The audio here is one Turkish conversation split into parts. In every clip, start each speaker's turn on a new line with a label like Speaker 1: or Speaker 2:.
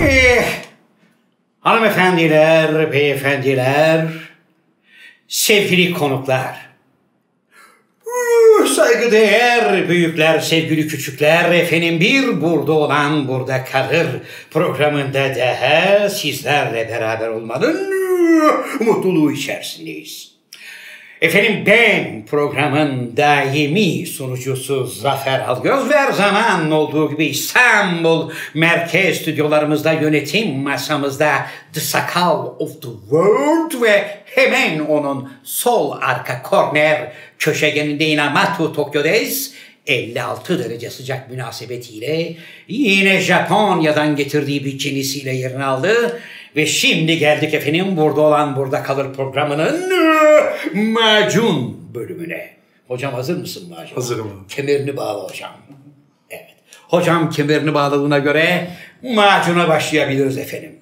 Speaker 1: Eh, Hanımefendiler, beyefendiler, sevgili konuklar. Uh, Saygıdeğer büyükler, sevgili küçükler, efendim bir burada olan burada kalır programında daha sizlerle beraber olmanın uh, mutluluğu içerisindeyiz. Efendim ben programın daimi sunucusu Zafer Algöz ve her zaman olduğu gibi İstanbul merkez stüdyolarımızda yönetim masamızda The Sakal of the World ve hemen onun sol arka korner köşegeninde Inamatu Tokyo'dayız. 56 derece sıcak münasebetiyle yine Japonya'dan getirdiği bir cinisiyle yerini aldı. Ve şimdi geldik efendim burada olan burada kalır programının eee, macun bölümüne. Hocam hazır mısın macun?
Speaker 2: Hazırım abi.
Speaker 1: Kemerini bağla hocam. Evet. Hocam kemerini bağladığına göre macuna başlayabiliriz efendim.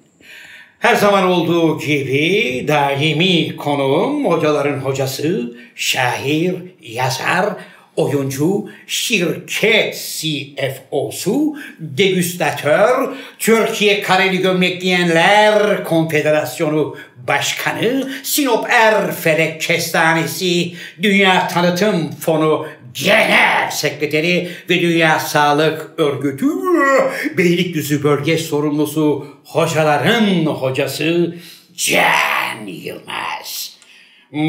Speaker 1: Her zaman olduğu gibi daimi konuğum hocaların hocası, şair, yazar, oyuncu, şirket CFO'su, degüstatör, Türkiye Kareli Gömlek Giyenler Konfederasyonu Başkanı, Sinop Erfelek Kestanesi, Dünya Tanıtım Fonu Genel Sekreteri ve Dünya Sağlık Örgütü Beylikdüzü Bölge Sorumlusu Hocaların Hocası Can Yılmaz.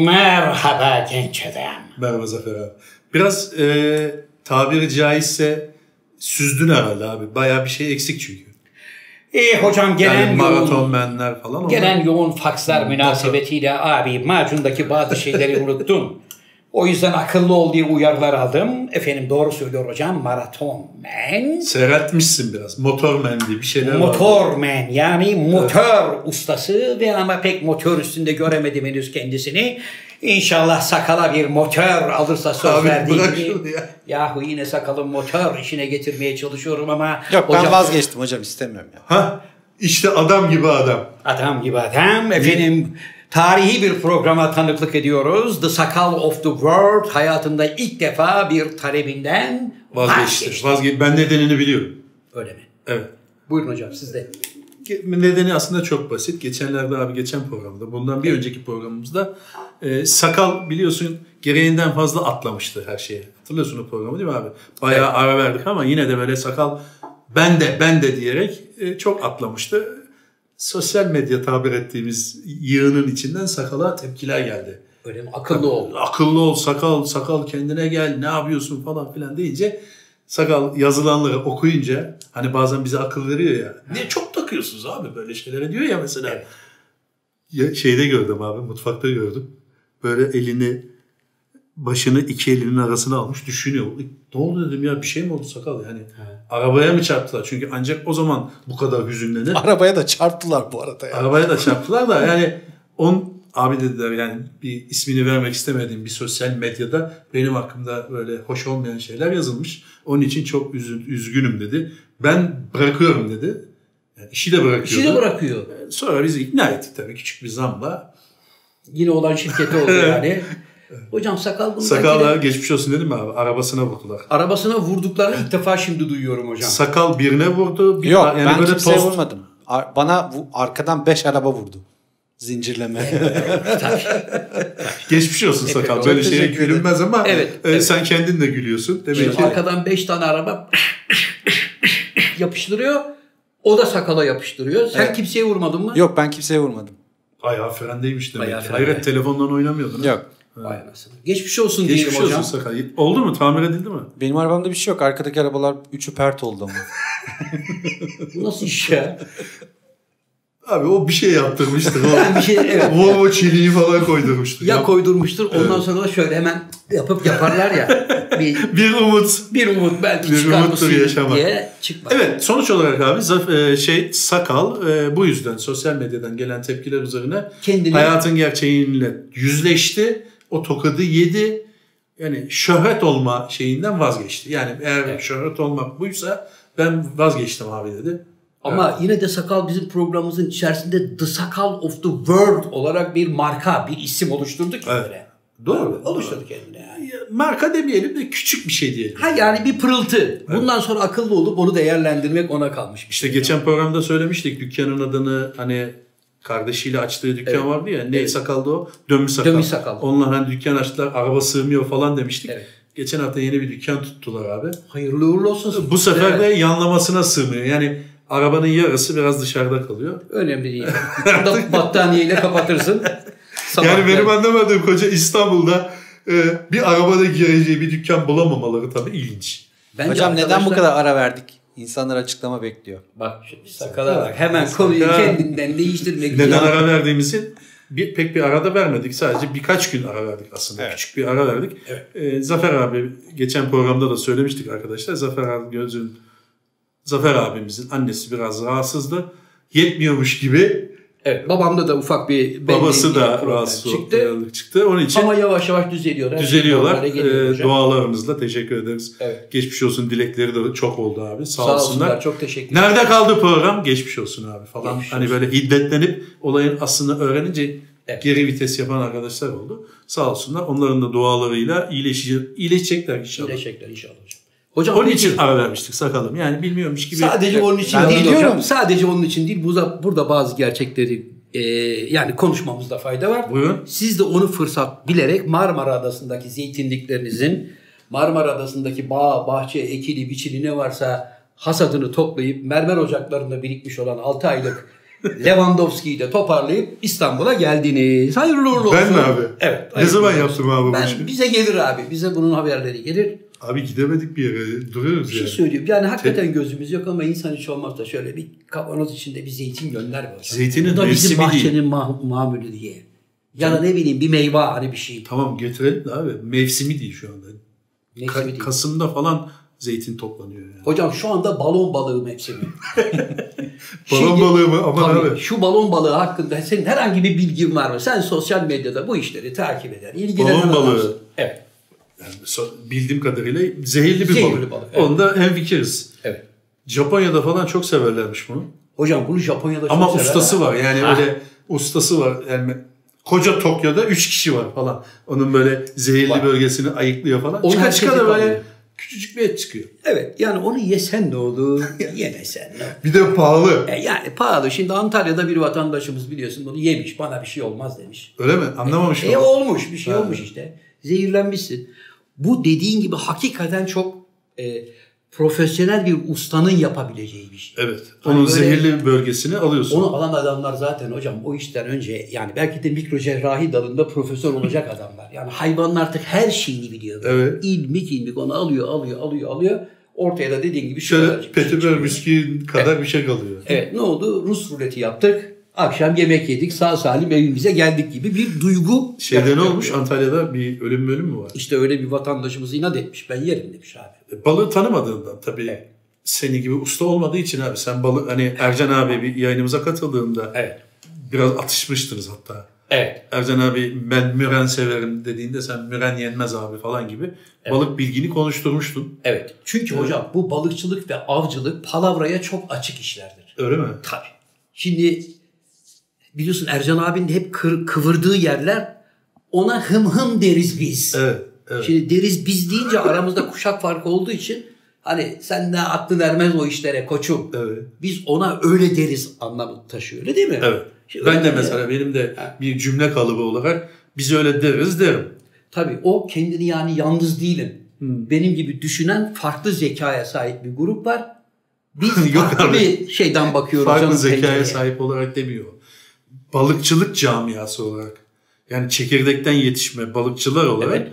Speaker 1: Merhaba genç adam.
Speaker 2: Merhaba Zafer abi. Biraz e, tabiri caizse süzdün herhalde abi. Bayağı bir şey eksik çünkü.
Speaker 1: E, hocam gelen
Speaker 2: Yani
Speaker 1: yoğun,
Speaker 2: maraton menler falan. onlar-
Speaker 1: gelen yoğun fakslar münasebetiyle abi macundaki bazı şeyleri unuttun. O yüzden akıllı ol diye uyarılar aldım. Efendim doğru söylüyor hocam maraton men.
Speaker 2: Seyretmişsin biraz. Motor men diye bir şeyler var.
Speaker 1: Motormen yani motor ustası ve ama pek motor üstünde göremedim henüz kendisini. İnşallah sakala bir motor alırsa söz
Speaker 2: Abi
Speaker 1: verdiği
Speaker 2: bırak
Speaker 1: gibi.
Speaker 2: şunu ya.
Speaker 1: Yahu yine sakalın motor işine getirmeye çalışıyorum ama
Speaker 3: Yok ben
Speaker 1: hocam-
Speaker 3: vazgeçtim hocam istemiyorum ya.
Speaker 2: Ha işte adam gibi adam.
Speaker 1: Adam gibi adam. Efendim tarihi bir programa tanıklık ediyoruz. The Sakal of the World hayatında ilk defa bir talebinden
Speaker 2: Vazgeçti.
Speaker 1: vazgeçti.
Speaker 2: Vazge ben nedenini biliyorum.
Speaker 1: Öyle mi?
Speaker 2: Evet.
Speaker 1: Buyurun hocam sizde.
Speaker 2: Ge- Nedeni aslında çok basit. Geçenlerde abi geçen programda bundan bir önceki programımızda e, sakal biliyorsun gereğinden fazla atlamıştı her şeye. Hatırlıyorsun o programı değil mi abi? Bayağı ara verdik ama yine de böyle sakal ben de ben de diyerek e, çok atlamıştı. Sosyal medya tabir ettiğimiz yığının içinden sakala tepkiler geldi.
Speaker 1: Öyle mi? Akıllı ol.
Speaker 2: Akıllı ol sakal sakal kendine gel ne yapıyorsun falan filan deyince sakal yazılanları okuyunca hani bazen bize akıl veriyor ya. Ne çok takıyorsunuz abi böyle şeylere diyor ya mesela.
Speaker 1: Evet.
Speaker 2: Ya şeyde gördüm abi mutfakta gördüm. Böyle elini başını iki elinin arasına almış düşünüyor. Ne oldu dedim ya bir şey mi oldu sakal yani. Arabaya mı çarptılar? Çünkü ancak o zaman bu kadar hüzünlenir.
Speaker 3: Arabaya da çarptılar bu arada ya.
Speaker 2: Arabaya da çarptılar da yani on abi dediler yani bir ismini vermek istemediğim bir sosyal medyada benim hakkımda böyle hoş olmayan şeyler yazılmış. Onun için çok üzü- üzgünüm dedi. Ben bırakıyorum dedi. Yani işi de bırakıyordu.
Speaker 1: İşi de bırakıyor.
Speaker 2: Sonra bizi ikna ettik tabii küçük bir zamla.
Speaker 1: Yine olan şirketi oldu yani. Hocam sakal bunu
Speaker 2: Sakala
Speaker 1: sakal
Speaker 2: geçmiş olsun dedim abi arabasına vurdular.
Speaker 1: arabasına vurduklarını ilk defa şimdi duyuyorum hocam.
Speaker 2: Sakal birine vurdu. Bir
Speaker 3: Yok
Speaker 2: yani
Speaker 3: ben
Speaker 2: böyle
Speaker 3: kimseye
Speaker 2: tost-
Speaker 3: vurmadım. Ar- bana vu- arkadan 5 araba vurdu. Zincirleme.
Speaker 2: Geçmiş olsun sakal. Böyle
Speaker 3: Çok
Speaker 2: şeye
Speaker 3: teşekkür ederim.
Speaker 2: gülünmez ama
Speaker 1: Evet,
Speaker 2: e,
Speaker 1: evet.
Speaker 2: sen kendin de gülüyorsun. Demek
Speaker 1: Şimdi
Speaker 2: ki
Speaker 1: arkadan 5 tane araba yapıştırıyor. O da sakala yapıştırıyor. Sen kimseye vurmadın mı?
Speaker 3: Yok ben kimseye vurmadım.
Speaker 2: ayağı frendeymiş demek.
Speaker 1: Ayağı
Speaker 2: ki.
Speaker 1: frende.
Speaker 2: Hayret telefondan oynamıyordun. ha?
Speaker 3: Yok.
Speaker 1: Vay anasını. Geçmiş olsun
Speaker 2: Geçmiş
Speaker 1: diyelim
Speaker 2: olsun
Speaker 1: hocam.
Speaker 2: sakal. Oldu mu? Tamir edildi mi?
Speaker 3: Benim arabamda bir şey yok. Arkadaki arabalar üçü pert oldu ama.
Speaker 1: Bu nasıl iş ya?
Speaker 2: Abi o bir şey yaptırmıştır.
Speaker 1: Ben bir şey evet.
Speaker 2: Volvo çeliği falan koydurmuştur.
Speaker 1: Ya
Speaker 2: Yap-
Speaker 1: koydurmuştur. Ondan sonra da şöyle hemen yapıp yaparlar ya. Bir,
Speaker 2: bir umut.
Speaker 1: bir umut belki
Speaker 2: Bir
Speaker 1: çıkar
Speaker 2: umuttur
Speaker 1: mısın
Speaker 2: yaşamak.
Speaker 1: diye çıkmaz.
Speaker 2: Evet sonuç olarak abi zaf- e, şey sakal e, bu yüzden sosyal medyadan gelen tepkiler üzerine
Speaker 1: Kendini-
Speaker 2: hayatın gerçeğiyle yüzleşti. O tokadı yedi. Yani şöhret olma şeyinden vazgeçti. Yani eğer şöhret olmak buysa ben vazgeçtim abi dedi.
Speaker 1: Ama yine de sakal bizim programımızın içerisinde The Sakal of the World olarak bir marka, bir isim oluşturduk ya
Speaker 2: Evet.
Speaker 1: böyle.
Speaker 2: Doğru.
Speaker 1: Oluşturduk kendine yani.
Speaker 2: Ya, Marka demeyelim de küçük bir şey diyelim.
Speaker 1: Ha yani bir pırıltı. Bundan sonra akıllı olup onu değerlendirmek ona kalmış. bir
Speaker 2: İşte
Speaker 1: şey.
Speaker 2: geçen programda söylemiştik dükkanın adını hani Kardeşiyle açtığı dükkan vardı ya. Ne sakaldı o? Dönmüş sakal.
Speaker 1: Dönmüş sakal.
Speaker 2: Onlar hani dükkan açtılar araba sığmıyor falan demiştik.
Speaker 1: Evet.
Speaker 2: Geçen hafta yeni bir dükkan tuttular abi.
Speaker 1: Hayırlı uğurlu olsun.
Speaker 2: Bu sefer
Speaker 1: Evet.
Speaker 2: de yanlamasına sığmıyor. Yani arabanın yarısı biraz dışarıda kalıyor.
Speaker 1: Önemli değil. Bunu da battaniyeyle kapatırsın. Sabah
Speaker 2: yani benim
Speaker 1: gel.
Speaker 2: anlamadığım koca İstanbul'da e, bir arabada gireceği bir dükkan bulamamaları tabii ilginç.
Speaker 1: Bence
Speaker 3: Hocam neden bu
Speaker 1: arkadaşlar-
Speaker 3: kadar ara verdik? İnsanlar açıklama bekliyor.
Speaker 1: Bak şimdi sakala bak. Hemen konuyu
Speaker 2: Sakal.
Speaker 1: kendinden değiştirmek.
Speaker 2: Neden
Speaker 1: lazım.
Speaker 2: ara verdiğimizi bir, pek bir arada vermedik. Sadece birkaç gün ara verdik aslında. Küçük bir ara verdik. E, Zafer abi geçen programda da söylemiştik arkadaşlar. Zafer abi gözün Zafer abimizin annesi biraz rahatsızdı. Yetmiyormuş gibi
Speaker 1: Evet, babamda da ufak bir
Speaker 2: babası
Speaker 1: belli bir
Speaker 2: da
Speaker 1: problem
Speaker 2: rahatsız oldu.
Speaker 1: çıktı.
Speaker 2: Hastalık çıktı. Onun için
Speaker 1: Ama yavaş yavaş düzeliyor. Her şey
Speaker 2: düzeliyorlar.
Speaker 1: normale geliyor
Speaker 2: E,
Speaker 1: hocam.
Speaker 2: dualarımızla teşekkür ederiz.
Speaker 1: Evet.
Speaker 2: Geçmiş olsun dilekleri de çok oldu abi.
Speaker 1: Sağ
Speaker 2: Sağ, olsunlar.
Speaker 1: olsunlar. Çok teşekkür ederim.
Speaker 2: Nerede kaldı program? Geçmiş olsun abi falan.
Speaker 1: Geçmiş
Speaker 2: hani böyle hiddetlenip olayın aslını öğrenince
Speaker 1: Evet.
Speaker 2: geri vites yapan arkadaşlar oldu. Sağ olsunlar. Onların da dualarıyla iyileşecek, iyileşecekler inşallah.
Speaker 1: Teşekkürler inşallah hocam. Hocam
Speaker 2: Onun için ara vermiştik sakalım. Yani bilmiyormuş gibi.
Speaker 1: Sadece onun için
Speaker 3: Ben
Speaker 1: değil
Speaker 3: de diyorum.
Speaker 1: hocam. Sadece onun için değil. Burada, burada bazı gerçekleri e, yani konuşmamızda fayda var.
Speaker 2: Buyurun.
Speaker 1: Siz de onu fırsat bilerek Marmara Adası'ndaki zeytinliklerinizin, Marmara Adası'ndaki bağ, bahçe, ekili, biçili ne varsa hasadını toplayıp mermer ocaklarında birikmiş olan 6 aylık Lewandowski'yi de toparlayıp İstanbul'a geldiniz. Hayırlı uğurlu olsun.
Speaker 2: Ben mi abi?
Speaker 1: Evet.
Speaker 2: Ne
Speaker 1: hayırlı
Speaker 2: zaman
Speaker 1: uğurlu
Speaker 2: yaptım abi bu işi?
Speaker 1: Ben, bize gelir abi. Bize bunun haberleri gelir.
Speaker 2: Abi gidemedik bir yere. Duruyoruz
Speaker 1: Bir şey
Speaker 2: yani.
Speaker 1: söylüyorum. Yani hakikaten gözümüz yok ama insan hiç olmazsa şöyle bir kavanoz içinde bir zeytin gönder bakalım.
Speaker 2: Zeytinin
Speaker 1: Bu da bizim
Speaker 2: mevsimi değil.
Speaker 1: bahçenin ma- mamülü diye. Ya da ne bileyim bir meyve hani bir şey.
Speaker 2: Tamam getirelim de abi. Mevsimi değil şu anda.
Speaker 1: Mevsimi
Speaker 2: Ka-
Speaker 1: değil.
Speaker 2: Kasım'da falan zeytin toplanıyor yani.
Speaker 1: Hocam şu anda balon balığı mevsimi.
Speaker 2: Balon
Speaker 1: Şimdi-
Speaker 2: balığı mı? Aman
Speaker 1: Tabii,
Speaker 2: abi.
Speaker 1: Şu balon balığı hakkında senin herhangi bir bilgin var mı? Sen sosyal medyada bu işleri takip eder, ilgilenen
Speaker 2: Balon balığı.
Speaker 1: adamsın. Evet.
Speaker 2: Yani so- bildiğim kadarıyla zehirli bir
Speaker 1: Zehirli
Speaker 2: balık.
Speaker 1: balık, evet.
Speaker 2: Onda hemfikiriz.
Speaker 1: Evet.
Speaker 2: Japonya'da falan çok severlermiş bunu.
Speaker 1: Hocam bunu Japonya'da
Speaker 2: Ama
Speaker 1: çok Ah. sever
Speaker 2: ustası
Speaker 1: ha.
Speaker 2: var yani
Speaker 1: Ha.
Speaker 2: öyle ustası var. Yani koca Tokyo'da 3 kişi var falan. Onun böyle zehirli
Speaker 1: Var.
Speaker 2: bölgesini ayıklıyor falan.
Speaker 1: Onu
Speaker 2: çıka
Speaker 1: herkes
Speaker 2: çıka da
Speaker 1: yakalıyor.
Speaker 2: böyle küçücük bir et çıkıyor.
Speaker 1: Evet yani onu yesen ne olur, yemesen ne olur.
Speaker 2: Bir de pahalı.
Speaker 1: E yani pahalı. Şimdi Antalya'da bir vatandaşımız biliyorsun bunu yemiş. Bana bir şey olmaz demiş.
Speaker 2: Öyle mi? Anlamamış
Speaker 1: E
Speaker 2: mı?
Speaker 1: olmuş. Bir şey
Speaker 2: Ha.
Speaker 1: olmuş işte. Zehirlenmişsin. Bu dediğin gibi hakikaten çok e, profesyonel bir ustanın yapabileceği bir şey.
Speaker 2: Evet.
Speaker 1: Hani
Speaker 2: Onun
Speaker 1: böyle-
Speaker 2: zehirli bölgesini alıyorsun.
Speaker 1: Onu alan adamlar zaten hocam o işten önce yani belki de mikro cerrahi dalında profesör olacak adamlar. Yani hayvanın artık her şeyini biliyor.
Speaker 2: Evet.
Speaker 1: İlmik ilmik onu alıyor alıyor alıyor alıyor. Ortaya da dediğin gibi şu
Speaker 2: Şöyle
Speaker 1: kadarcık bir şey çıkıyor.
Speaker 2: petibör bisküvi kadar bir şey kalıyor.
Speaker 1: Evet ne oldu? Rus ruleti yaptık. Akşam yemek yedik. Sağ salim evimize geldik gibi bir duygu.
Speaker 2: Şeyde ne
Speaker 1: yaratıyor.
Speaker 2: olmuş? Antalya'da bir ölüm bölüm mü var?
Speaker 1: İşte öyle bir vatandaşımız inat etmiş. Ben yerim demiş abi.
Speaker 2: Balığı tanımadığından tabii seni gibi usta olmadığı için abi sen balık hani Ercan abi bir yayınımıza katıldığında
Speaker 1: Evet.
Speaker 2: biraz atışmıştınız hatta.
Speaker 1: Evet.
Speaker 2: Ercan abi ben müren severim dediğinde sen müren yenmez abi falan gibi balık bilgini konuşturmuştun.
Speaker 1: Evet. Çünkü hocam bu balıkçılık ve avcılık palavraya çok açık işlerdir.
Speaker 2: Öyle mi?
Speaker 1: Tabii. Şimdi biliyorsun Ercan abinin hep kır- kıvırdığı yerler ona hım hım deriz biz.
Speaker 2: Evet. evet.
Speaker 1: Şimdi deriz biz deyince aramızda kuşak farkı olduğu için hani sen de aklın ermez o işlere koçum.
Speaker 2: Evet.
Speaker 1: Biz ona öyle deriz anlamı taşıyor öyle değil mi?
Speaker 2: evet.
Speaker 1: Şimdi
Speaker 2: Ben
Speaker 1: öyle
Speaker 2: de
Speaker 1: mi?
Speaker 2: mesela benim de bir cümle kalıbı olarak biz öyle deriz derim.
Speaker 1: Tabii o kendini yani yalnız değilim.
Speaker 2: Hmm.
Speaker 1: Benim gibi düşünen farklı zekaya sahip bir grup var. Biz
Speaker 2: Yok
Speaker 1: farklı
Speaker 2: abi.
Speaker 1: bir şeyden bakıyoruz.
Speaker 2: Farklı
Speaker 1: canım
Speaker 2: zekaya
Speaker 1: pencereye.
Speaker 2: sahip olarak demiyor. Balıkçılık camiası olarak. Yani çekirdekten yetişme balıkçılar olarak
Speaker 1: Evet.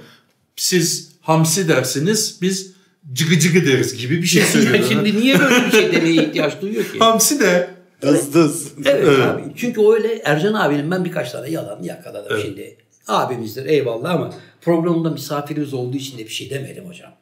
Speaker 2: siz hamsi dersiniz biz cıgı cıgı deriz gibi bir şey söylüyorlar.
Speaker 1: Ya şimdi niye böyle bir şey demeye ihtiyaç duyuyor ki?
Speaker 2: Hamsi de
Speaker 3: Dız dız.
Speaker 1: Evet,
Speaker 2: Evet.
Speaker 1: abi. Çünkü öyle Ercan abinin ben birkaç tane yalanını yakaladım
Speaker 2: Evet.
Speaker 1: şimdi. Abimizdir eyvallah ama programda misafirimiz olduğu için de bir şey demedim hocam.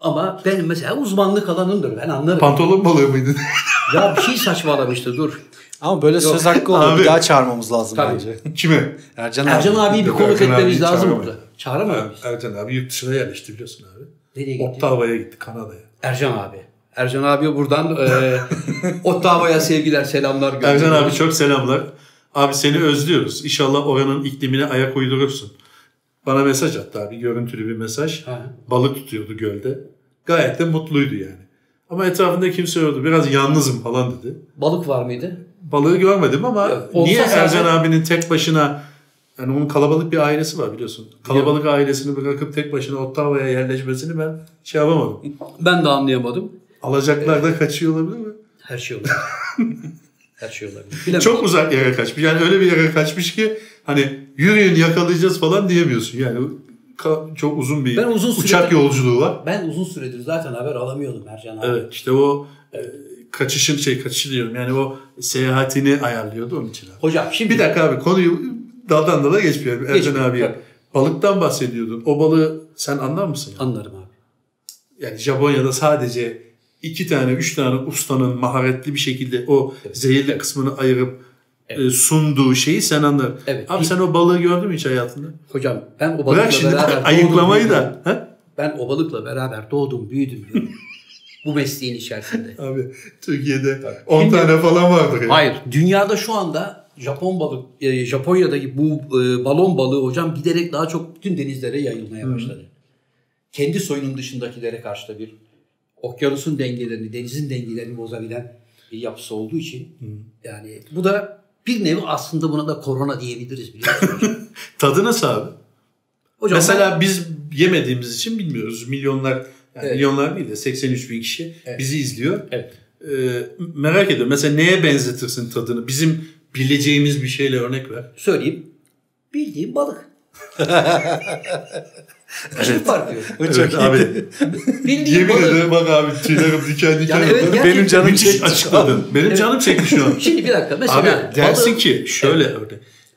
Speaker 1: Ama benim mesela uzmanlık alanımdır ben anlarım.
Speaker 2: pantolon balığı mıydı?
Speaker 1: ya bir şey saçmalamıştı dur.
Speaker 3: Ama böyle söz hakkı olur.
Speaker 2: Abi.
Speaker 3: Bir daha çağırmamız lazım
Speaker 1: Tabii.
Speaker 3: bence.
Speaker 2: Kime?
Speaker 3: Ercan,
Speaker 1: Ercan
Speaker 3: abi.
Speaker 1: abiyi bir
Speaker 2: Yok,
Speaker 1: konuk
Speaker 2: Ercan abiyi
Speaker 1: etmemiz lazım
Speaker 2: çağıramayız.
Speaker 1: burada. Çağıramayız. biz.
Speaker 2: Ercan abi yurt dışına yerleşti biliyorsun abi.
Speaker 1: Nereye gitti?
Speaker 2: Ottawa'ya gitti Kanada'ya.
Speaker 1: Ercan abi. Ercan abi buradan e, Ottawa'ya sevgiler, selamlar gönderiyoruz.
Speaker 2: Ercan abi çok selamlar. Abi seni özlüyoruz. İnşallah oranın iklimine ayak uydurursun. Bana mesaj attı abi. Görüntülü bir mesaj.
Speaker 1: Ha.
Speaker 2: Balık tutuyordu gölde. Gayet de mutluydu yani. Ama etrafında kimse yoktu. Biraz yalnızım falan dedi.
Speaker 1: Balık var mıydı?
Speaker 2: balığı görmedim ama
Speaker 1: olsa
Speaker 2: niye
Speaker 1: zaten-
Speaker 2: Ercan abinin tek başına yani onun kalabalık bir ailesi var biliyorsun. Kalabalık ailesini bırakıp tek başına Ottawa'ya yerleşmesini ben şey yapamadım.
Speaker 1: Ben de anlayamadım.
Speaker 2: Alacaklar da kaçıyor olabilir mi?
Speaker 1: Her şey olabilir. Her şey olabilir. Bilemem.
Speaker 2: Çok uzak yere kaçmış. Yani öyle bir yere kaçmış ki hani yürüyün yakalayacağız falan diyemiyorsun. Yani ka- çok uzun bir
Speaker 1: Ben uzun süre-
Speaker 2: uçak yolculuğu var.
Speaker 1: Ben uzun süredir zaten haber alamıyordum Ercan abi.
Speaker 2: Evet işte o e, kaçışın şey kaçışı diyorum yani o seyahatini ayarlıyordu onun için. abi.
Speaker 1: Hocam şimdi
Speaker 2: Bir dakika abi konuyu daldan dala geçmiyorum Ercan
Speaker 1: Geçmiyorum,
Speaker 2: abiye.
Speaker 1: tabii.
Speaker 2: Balıktan bahsediyordun. O balığı sen anlar mısın? ya?
Speaker 1: anlarım abi.
Speaker 2: Yani Japonya'da sadece iki tane üç tane ustanın maharetli bir şekilde o zehirli kısmını ayırıp e, sunduğu şeyi sen anlar.
Speaker 1: Evet.
Speaker 2: Abi sen o balığı gördün mü hiç hayatında?
Speaker 1: Hocam ben o balıkla
Speaker 2: Bırak şimdi
Speaker 1: beraber doğdum,
Speaker 2: ayıklamayı
Speaker 1: büyüdüm.
Speaker 2: da. Ha?
Speaker 1: Ben o balıkla beraber doğdum, büyüdüm diyorum. Bu mesleğin içerisinde.
Speaker 2: Abi Türkiye'de 10 tane falan vardır. ya.
Speaker 1: Hayır, Ee, dünyada şu anda Japon balık, e, Japonya'daki bu e, balon balığı hocam giderek daha çok bütün denizlere yayılmaya başladı. Kendi soyunun dışındakilere karşı da bir okyanusun dengelerini, denizin dengelerini bozabilen bir yapısı olduğu için yani bu da bir nevi aslında buna da korona diyebiliriz biliyor musunuz? hocam?
Speaker 2: Tadı nasıl abi?
Speaker 1: Hocam
Speaker 2: Mesela biz yemediğimiz için bilmiyoruz. Milyonlar, yani
Speaker 1: Evet.
Speaker 2: milyonlar değil de 83 bin kişi
Speaker 1: Evet.
Speaker 2: bizi izliyor.
Speaker 1: Evet.
Speaker 2: Ee, merak ediyorum. Mesela neye benzetirsin tadını? Bizim bileceğimiz bir şeyle örnek ver.
Speaker 1: söyleyeyim. Bildiğim balık. Hiçbir fark yok.
Speaker 3: Çok
Speaker 2: Evet
Speaker 3: iyi.
Speaker 2: abi.
Speaker 1: Bildiğim
Speaker 2: Yemin
Speaker 1: balık.
Speaker 2: ederim bak abi tüylerim diken diken
Speaker 1: Yani evet,
Speaker 2: oldu.
Speaker 1: gerçekten-
Speaker 3: Benim canım
Speaker 2: Müthiş
Speaker 3: çekti.
Speaker 2: açıkladın. Benim canım çekti şu an.
Speaker 1: Şimdi bir dakika mesela.
Speaker 2: abi dersin
Speaker 1: balık-
Speaker 2: ki şöyle örnek.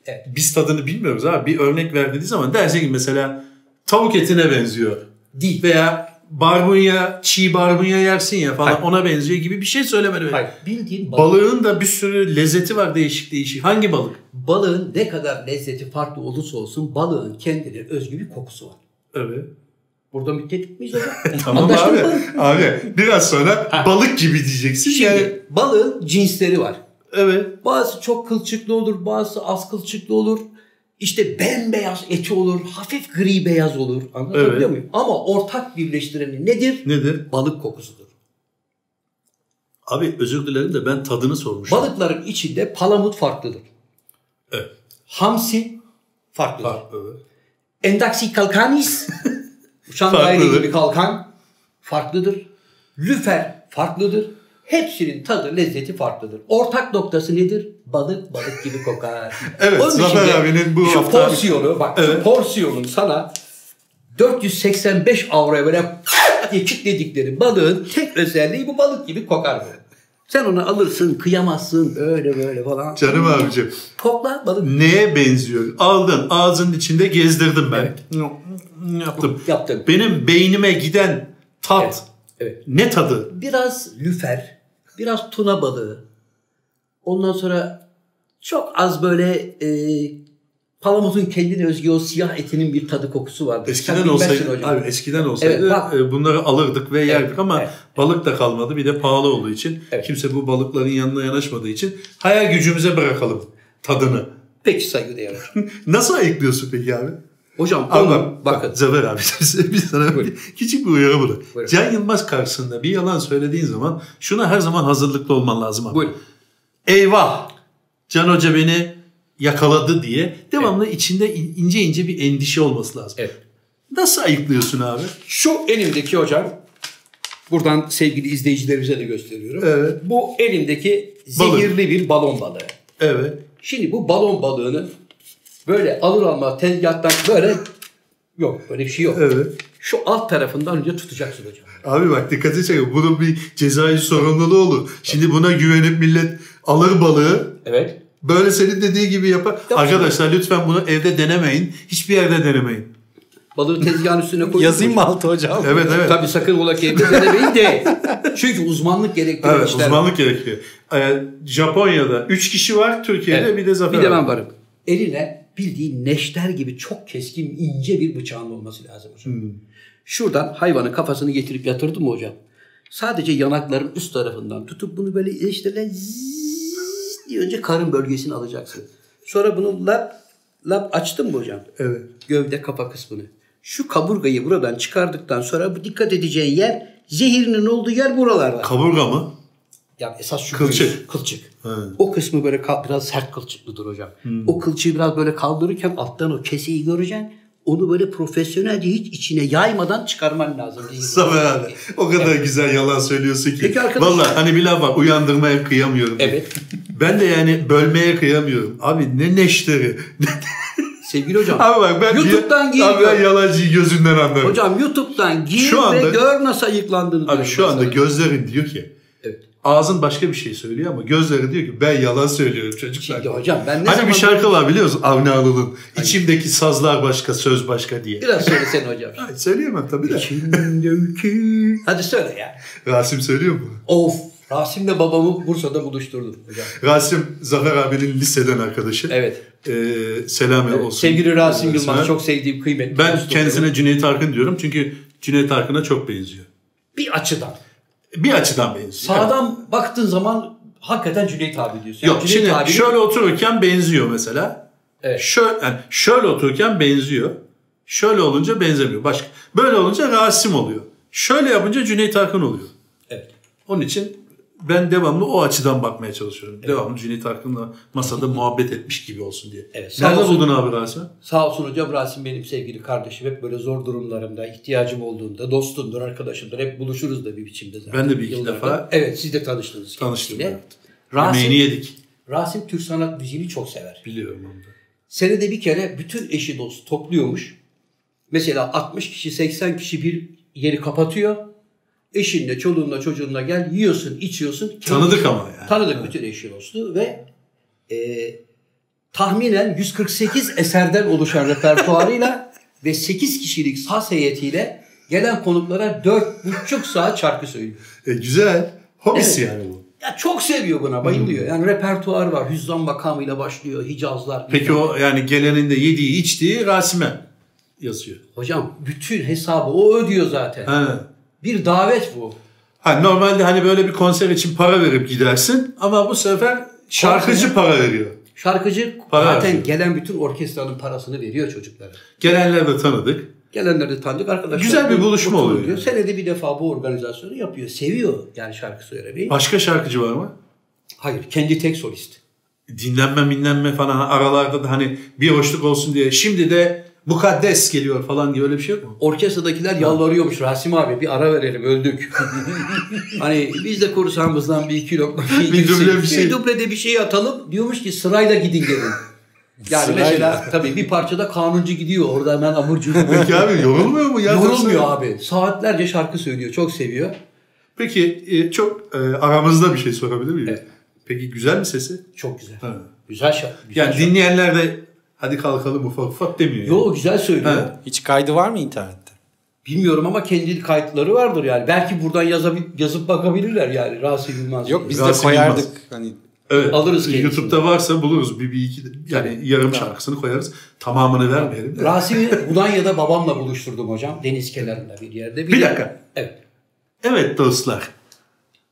Speaker 1: Evet.
Speaker 2: Biz tadını bilmiyoruz abi. Bir örnek verdiğiniz zaman dersin ki mesela tavuk etine benziyor.
Speaker 1: Değil.
Speaker 2: Veya barbunya, çiğ barbunya yersin ya falan ona benziyor gibi bir şey söylemeli.
Speaker 1: Hayır. Bildiğin balık.
Speaker 2: Balığın da bir sürü lezzeti var değişik değişik. Hangi balık?
Speaker 1: balığın ne kadar lezzeti farklı olursa olsun balığın kendine özgü bir kokusu var.
Speaker 2: Evet.
Speaker 1: Burada müttefik miyiz hocam?
Speaker 2: Tamam
Speaker 1: Anlaştık
Speaker 2: abi.
Speaker 1: mı?
Speaker 2: abi biraz sonra balık gibi diyeceksin.
Speaker 1: Şimdi
Speaker 2: Yani,
Speaker 1: balığın cinsleri var.
Speaker 2: evet.
Speaker 1: Bazısı çok kılçıklı olur, bazısı az kılçıklı olur. İşte bembeyaz eti olur, hafif gri beyaz olur. Anlatabiliyor
Speaker 2: Evet.
Speaker 1: muyum? Ama ortak birleştireni nedir?
Speaker 2: Nedir?
Speaker 1: Balık kokusudur.
Speaker 2: Abi özür dilerim de ben tadını sormuştum.
Speaker 1: Balıkların içinde palamut farklıdır.
Speaker 2: Evet.
Speaker 1: Hamsi farklıdır.
Speaker 2: Evet.
Speaker 1: Endaksi kalkanis, uçan
Speaker 2: Farklıdır.
Speaker 1: daire gibi kalkan farklıdır. Lüfer farklıdır. Hepsinin tadı, lezzeti farklıdır. Ortak noktası nedir? Balık balık gibi kokar.
Speaker 2: Evet,
Speaker 1: Onun için
Speaker 2: Zafer
Speaker 1: de
Speaker 2: abinin bu
Speaker 1: şu
Speaker 2: hafta-
Speaker 1: porsiyonu, bak şu
Speaker 2: Evet.
Speaker 1: porsiyonun sana 485 avroya böyle diye kitledikleri balığın tek özelliği bu balık gibi kokar böyle. Sen onu alırsın, kıyamazsın, öyle böyle falan.
Speaker 2: Canım abicim.
Speaker 1: Kokla balık
Speaker 2: Neye benziyor? Aldın ağzının içinde gezdirdim ben. Yaptım.
Speaker 1: yaptın.
Speaker 2: Benim beynime giden tat
Speaker 1: Evet, evet.
Speaker 2: ne tadı?
Speaker 1: biraz lüfer, biraz tuna balığı. Ondan sonra çok az böyle e, palamutun kendine özgü o siyah etinin bir tadı kokusu vardı.
Speaker 2: Eskiden olsaydı, abi eskiden olsaydı
Speaker 1: Evet, bak.
Speaker 2: e, bunları alırdık ve yerdik ama
Speaker 1: evet.
Speaker 2: balık da kalmadı. Bir de pahalı olduğu için
Speaker 1: Evet.
Speaker 2: kimse bu balıkların yanına yanaşmadığı için hayal gücümüze bırakalım tadını.
Speaker 1: Peki saygıdeğer hocam.
Speaker 2: Nasıl ayıklıyorsun peki abi?
Speaker 1: Hocam
Speaker 2: Abi
Speaker 1: konu,
Speaker 2: bak,
Speaker 1: bakın.
Speaker 2: bak Zafer abi bir sana bir, küçük bir uyarı bunu.
Speaker 1: Buyurun.
Speaker 2: Can Yılmaz karşısında bir yalan söylediğin zaman şuna her zaman hazırlıklı olman lazım abi.
Speaker 1: Buyurun.
Speaker 2: Eyvah! Can Hoca beni yakaladı diye devamlı içinde in- ince ince bir endişe olması lazım.
Speaker 1: Evet.
Speaker 2: Nasıl ayıklıyorsun abi?
Speaker 1: Şu elimdeki hocam, buradan sevgili izleyicilerimize de gösteriyorum.
Speaker 2: Evet.
Speaker 1: Bu elimdeki
Speaker 2: Balık.
Speaker 1: zehirli bir balon balığı.
Speaker 2: Evet.
Speaker 1: Şimdi bu balon balığını böyle alır almaz tezgahtan böyle yok böyle bir şey yok.
Speaker 2: Evet.
Speaker 1: Şu alt tarafından önce tutacaksın hocam.
Speaker 2: Abi bak dikkatini çekiyor. Bunun bir cezai sorumluluğu olur. Şimdi buna güvenip millet alır balığı.
Speaker 1: Evet.
Speaker 2: Böyle senin dediği gibi yapar. Arkadaşlar lütfen bunu evde denemeyin. Hiçbir yerde denemeyin.
Speaker 1: Balığı tezgahın üstüne koy.
Speaker 3: Yazayım mı altı hocam?
Speaker 2: Evet evet.
Speaker 1: Tabii sakın ola ki evde denemeyin de. Çünkü uzmanlık gerektiren
Speaker 2: Evet
Speaker 1: işler.
Speaker 2: uzmanlık gerekiyor. Ee, Japonya'da 3 kişi var. Türkiye'de
Speaker 1: Evet.
Speaker 2: bir de Zafer
Speaker 1: Bir de
Speaker 2: abi.
Speaker 1: ben varım. Eline bildiğin neşter gibi çok keskin ince bir bıçağın olması lazım hocam.
Speaker 2: Hmm.
Speaker 1: Şuradan hayvanın kafasını getirip yatırdım mı hocam? Sadece yanakların üst tarafından tutup bunu böyle eleştirilen zzzz diye önce karın bölgesini alacaksın. Sonra bunu lap lap açtın mı hocam?
Speaker 2: Evet.
Speaker 1: gövde kafa kısmını. Şu kaburgayı buradan çıkardıktan sonra bu dikkat edeceğin yer zehirinin olduğu yer buralarda.
Speaker 2: Kaburga mı?
Speaker 1: Yani esas şu
Speaker 2: Kılçık.
Speaker 1: göğüs, Kılçık. O kısmı böyle kal- biraz sert kılçıklıdır hocam.
Speaker 2: Hmm.
Speaker 1: O kılçığı biraz böyle kaldırırken alttan o keseyi göreceksin. Onu böyle profesyonelce hiç içine yaymadan çıkarman lazım.
Speaker 2: Zafer abi o kadar güzel yalan söylüyorsun ki.
Speaker 1: Ee, Peki arkadaşlar-
Speaker 2: Vallahi hani bir laf var uyandırmaya kıyamıyorum. diye.
Speaker 1: Evet.
Speaker 2: Ben de yani bölmeye kıyamıyorum. Abi ne neşteri.
Speaker 1: Sevgili hocam.
Speaker 2: abi bak ben
Speaker 1: YouTube'dan
Speaker 2: ya- Abi ben
Speaker 1: giriyor.
Speaker 2: yalancıyı gözünden anlarım.
Speaker 1: Hocam YouTube'dan gir
Speaker 2: Şu anda-
Speaker 1: ve gör nasıl ayıklandığını.
Speaker 2: abi
Speaker 1: diyorum ben
Speaker 2: şu anda
Speaker 1: sana.
Speaker 2: gözlerin diyor ki.
Speaker 1: Evet.
Speaker 2: Ağzın başka bir şey söylüyor ama gözleri diyor ki ben yalan söylüyorum çocuklar.
Speaker 1: Şimdi hocam ben Şey, ne
Speaker 2: hani
Speaker 1: zaman...
Speaker 2: bir şarkı var biliyor musun Avni Anıl'ın? İçimdeki sazlar başka söz başka diye.
Speaker 1: Biraz söylesene hocam.
Speaker 2: Ay, Söyleyemem tabii de.
Speaker 1: İçimdeki- Hadi söyle ya.
Speaker 2: Rasim söylüyor mu?
Speaker 1: Of. Rasim'le babamı Bursa'da buluşturdum hocam.
Speaker 2: Rasim Zafer abinin liseden arkadaşı.
Speaker 1: Evet.
Speaker 2: Ee, selam olsun.
Speaker 1: Sevgili Rasim
Speaker 2: Kendisine.
Speaker 1: Yılmaz çok sevdiğim kıymetli.
Speaker 2: Ben
Speaker 1: dostum.
Speaker 2: kendisine Cüneyt Arkın diyorum çünkü Cüneyt Arkın'a çok benziyor.
Speaker 1: bir açıdan.
Speaker 2: Bir açıdan benziyor.
Speaker 1: Sağdan baktığın zaman hakikaten Cüneyt abi diyorsun.
Speaker 2: Yok
Speaker 1: Yani Cüneyt
Speaker 2: şimdi
Speaker 1: abinin-
Speaker 2: şöyle otururken benziyor mesela.
Speaker 1: Evet.
Speaker 2: Şöyle, yani şöyle otururken benziyor. Şöyle olunca benzemiyor. Başka. Böyle olunca Rasim oluyor. Şöyle yapınca Cüneyt Arkın oluyor.
Speaker 1: Evet.
Speaker 2: Onun için ben devamlı o açıdan bakmaya çalışıyorum. Devamlı Cüneyt Arkın'la masada muhabbet etmiş gibi olsun diye.
Speaker 1: Evet, sağ
Speaker 2: Nerede
Speaker 1: olsun.
Speaker 2: buldun abi Rasim'i?
Speaker 1: Sağ olsun hocam Rasim benim sevgili kardeşim. Hep böyle zor durumlarımda, ihtiyacım olduğunda dostumdur, arkadaşımdır. Hep buluşuruz da bir biçimde zaten.
Speaker 2: Ben de bir iki
Speaker 1: Yıllardır.
Speaker 2: defa-
Speaker 1: Evet siz de tanıştınız.
Speaker 2: Tanıştım.
Speaker 1: kendisiyle.
Speaker 2: evet.
Speaker 1: Rasim,
Speaker 2: Yemeğini yedik.
Speaker 1: Rasim Türk sanat müziğini çok sever.
Speaker 2: Biliyorum onu da.
Speaker 1: Senede bir kere bütün eşi dost topluyormuş. Mesela 60 kişi 80 kişi bir yeri kapatıyor. Eşinle, çoluğunla, çocuğunla gel yiyorsun, içiyorsun.
Speaker 2: Tanıdık ama yani.
Speaker 1: Tanıdık bütün eşi dostu ve e, tahminen 148 eserden oluşan repertuarıyla ve 8 kişilik saz heyetiyle gelen konuklara 4,5 saat şarkı söylüyor.
Speaker 2: E, güzel. Hobisi
Speaker 1: Evet.
Speaker 2: yani bu.
Speaker 1: Ya çok seviyor buna,
Speaker 2: Hmm.
Speaker 1: bayılıyor. Yani repertuar var. Hüzzam makamıyla başlıyor, Hicazlar.
Speaker 2: Peki o yani gelenin de yediği içtiği Rasim'e yazıyor.
Speaker 1: Hocam bütün hesabı o ödüyor zaten.
Speaker 2: Ha.
Speaker 1: Bir davet bu.
Speaker 2: ha normalde hani böyle bir konser için para verip gidersin ama bu sefer şarkıcı para veriyor.
Speaker 1: Şarkıcı
Speaker 2: Para
Speaker 1: zaten
Speaker 2: harcıyor.
Speaker 1: gelen bütün orkestranın parasını veriyor çocuklara.
Speaker 2: Gelenler de tanıdık.
Speaker 1: Gelenleri de tanıdık arkadaşlar.
Speaker 2: Güzel bir buluşma
Speaker 1: oturun
Speaker 2: oluyor.
Speaker 1: diyor. Senede bir defa bu organizasyonu yapıyor. Seviyor yani şarkı söylemeyi.
Speaker 2: Başka şarkıcı var mı?
Speaker 1: Hayır kendi tek solist.
Speaker 2: Dinlenme minlenme falan aralarda da hani bir hoşluk olsun diye şimdi de mukaddes geliyor falan diye öyle bir şey yok mu?
Speaker 1: Orkestradakiler yalvarıyormuş Rasim abi bir ara verelim öldük. hani biz de kursağımızdan bir iki lokma şey
Speaker 2: Bir
Speaker 1: girsek,
Speaker 2: duble bir şey.
Speaker 1: dublede bir şey atalım. Diyormuş ki sırayla gidin gelin. Yani
Speaker 3: Sırayla.
Speaker 1: mesela tabii bir parçada kanuncu gidiyor. Orada hemen amurcu.
Speaker 2: Peki abi yorulmuyor mu? ya?
Speaker 1: Yorulmuyor abi. Saatlerce şarkı söylüyor. Çok seviyor.
Speaker 2: Peki e, çok e, aramızda bir şey sorabilir miyim? Peki güzel mi sesi?
Speaker 1: Çok güzel.
Speaker 2: Ha.
Speaker 1: Güzel şarkı.
Speaker 2: Yani dinleyenler de hadi kalkalım ufak ufak demiyor. yani.
Speaker 1: Yo güzel söylüyor.
Speaker 2: Ha.
Speaker 3: Hiç kaydı var mı internette?
Speaker 1: Bilmiyorum ama kendi kayıtları vardır yani. Belki buradan yazabil- yazıp bakabilirler yani Rasim Yılmaz.
Speaker 3: Yok
Speaker 1: diye.
Speaker 3: biz
Speaker 2: Rasim
Speaker 3: de koyardık. Hani
Speaker 2: Evet. e,
Speaker 1: Alırız kendisini.
Speaker 2: YouTube'da varsa buluruz bir, bir iki de- yani yarım şarkısını koyarız. Tamamını vermeyelim. de.
Speaker 1: Rasim'i Budanya'da babamla buluşturdum hocam. Deniz kenarında bir yerde.
Speaker 2: Bir dakika.
Speaker 1: Evet.
Speaker 2: Evet dostlar.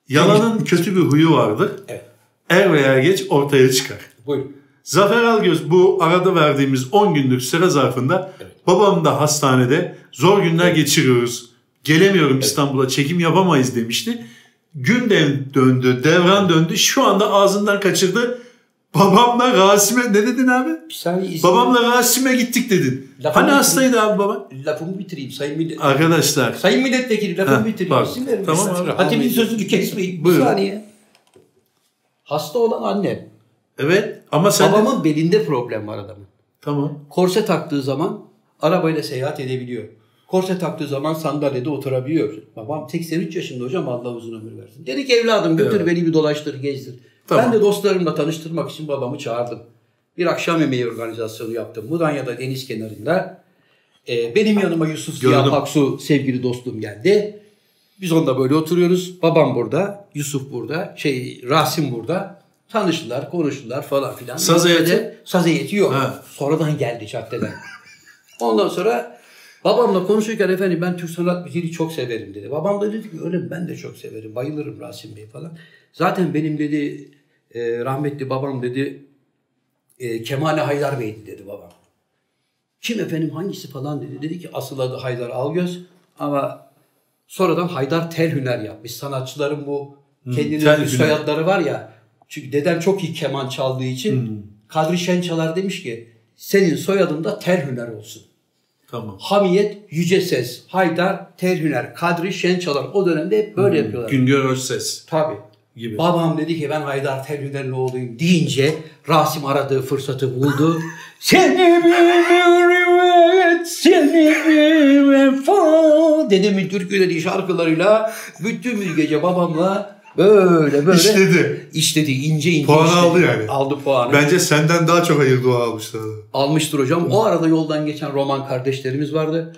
Speaker 2: Yalanın kötü bir huyu vardır.
Speaker 1: Evet.
Speaker 2: Er veya geç ortaya çıkar.
Speaker 1: Buyurun.
Speaker 2: Zafer Algöz bu arada verdiğimiz 10 günlük süre zarfında babam da hastanede zor günler geçiriyoruz. Gelemiyorum İstanbul'a çekim yapamayız demişti. Gün de- döndü, devran döndü. Şu anda ağzından kaçırdı. Babamla Rasim'e ne dedin abi?
Speaker 1: Bir saniye izin.
Speaker 2: Babamla Rasim'e gittik dedin.
Speaker 1: Lafını
Speaker 2: hani
Speaker 1: bitireyim.
Speaker 2: hastaydı abi baba?
Speaker 1: Lafımı bitireyim sayın milletvekili.
Speaker 2: Arkadaşlar
Speaker 1: Sayın milletvekili lafımı
Speaker 2: Ha,
Speaker 1: bitireyim.
Speaker 2: pardon.
Speaker 1: İzin verin.
Speaker 2: Tamam
Speaker 1: Bir
Speaker 2: abi.
Speaker 1: saniye. Hatip'in sözünü kesmeyin.
Speaker 2: Buyurun.
Speaker 1: Bir saniye. Hasta olan annem.
Speaker 2: evet ama sen de-
Speaker 1: Babamın belinde problem var adamın.
Speaker 2: Tamam.
Speaker 1: Korse taktığı zaman arabayla seyahat edebiliyor. Korse taktığı zaman sandalyede oturabiliyor. Babam 83 yaşında hocam Allah uzun ömür versin. Dedi ki evladım götür beni bir dolaştır gezdir.
Speaker 2: Tamam.
Speaker 1: Ben de dostlarımla tanıştırmak için babamı çağırdım. Bir akşam yemeği organizasyonu yaptım. Mudanya'da deniz kenarında. Ee, benim yanıma Yusuf Ziya
Speaker 2: Gördüm.
Speaker 1: Paksu sevgili dostum geldi. Biz onunla böyle oturuyoruz. Babam burada, Yusuf burada, şey Rasim burada. Tanıştılar, konuştular falan filan.
Speaker 2: Saz heyeti?
Speaker 1: Ve de- Saz heyeti yok.
Speaker 2: Ha.
Speaker 1: Sonradan geldi caddeden. Ondan sonra babamla konuşurken efendim ben Türk sanat müziğini çok severim dedi. Babam da dedi ki öyle mi? ben de çok severim. Bayılırım Rasim Bey falan. Zaten benim dedi e, rahmetli babam dedi e, Kemale Haydar Bey'di dedi babam. Kim efendim hangisi falan dedi. Dedi ki asıl adı Haydar Algöz ama sonradan Haydar Telhüner yapmış. Sanatçıların bu Kendinin
Speaker 2: tel
Speaker 1: üst
Speaker 2: güne.
Speaker 1: soyadları var ya. Çünkü dedem çok iyi keman çaldığı için Kadri Şençalar demiş ki senin soyadında ter hüner olsun.
Speaker 2: Tamam.
Speaker 1: Hamiyet Yüce Ses, Haydar Terhüner, Kadri Şençalar o dönemde hep böyle yapıyorlar.
Speaker 2: Güngör Özses
Speaker 1: Tabii.
Speaker 2: gibi.
Speaker 1: Babam dedi ki ben Haydar Terhüner'in oğluyum deyince Rasim aradığı fırsatı buldu. seni bilirim evet, seni bilirim falan. Dedemin türküleri, şarkılarıyla bütün bir gece babamla böyle böyle
Speaker 4: İşledi.
Speaker 1: işledi ince ince
Speaker 4: Puanı
Speaker 1: işledi.
Speaker 4: aldı yani.
Speaker 1: Aldı puanı.
Speaker 4: Bence senden daha çok hayır dua almışlardı.
Speaker 1: Almıştır hocam. O arada yoldan geçen Roman kardeşlerimiz vardı.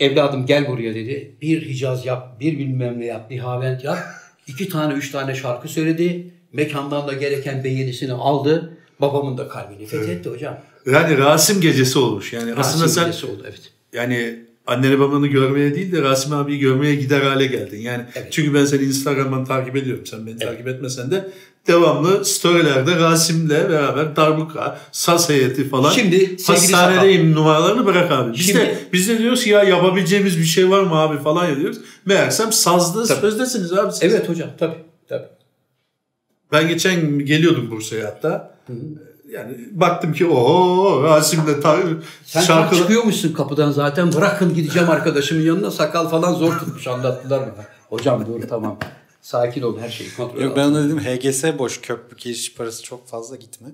Speaker 1: Evladım gel buraya dedi. Bir Hicaz yap, bir bilmem ne yap, bir Havent yap. İki tane, üç tane şarkı söyledi. Mekandan da gereken beğenisini aldı. Babamın da kalbini fethetti hocam.
Speaker 2: Yani Rasim gecesi olmuş. Yani aslında sen
Speaker 1: Rasim dedesi oldu evet.
Speaker 2: yani anneni babanı görmeye değil de Rasim abiyi görmeye gider hale geldin. Yani çünkü ben seni Instagram'dan takip ediyorum. Sen beni takip etmesen de devamlı storylerde Rasim'le beraber darbuka, saz heyeti falan.
Speaker 1: Şimdi sevgili
Speaker 2: hastanedeyim numaralarını bırak abi. Biz
Speaker 1: Şimdi-
Speaker 2: de biz de diyoruz ki ya yapabileceğimiz bir şey var mı abi falan ya diyoruz. Meğersem sazlı sözdesiniz abi siz.
Speaker 1: Evet hocam tabii. tabii.
Speaker 2: Ben geçen geliyordum Bursa'ya hatta. Yani baktım ki oho Rasim'le ta-
Speaker 1: Sen
Speaker 2: şarkılı-
Speaker 1: tam çıkıyormuşsun kapıdan zaten. Bırakın gideceğim arkadaşımın yanına. Sakal falan zor tutmuş anlattılar bana. Hocam dur tamam. Sakin ol her şeyi kontrol
Speaker 3: Yok ben ona dedim HGS boş köprü giriş parası çok fazla gitme.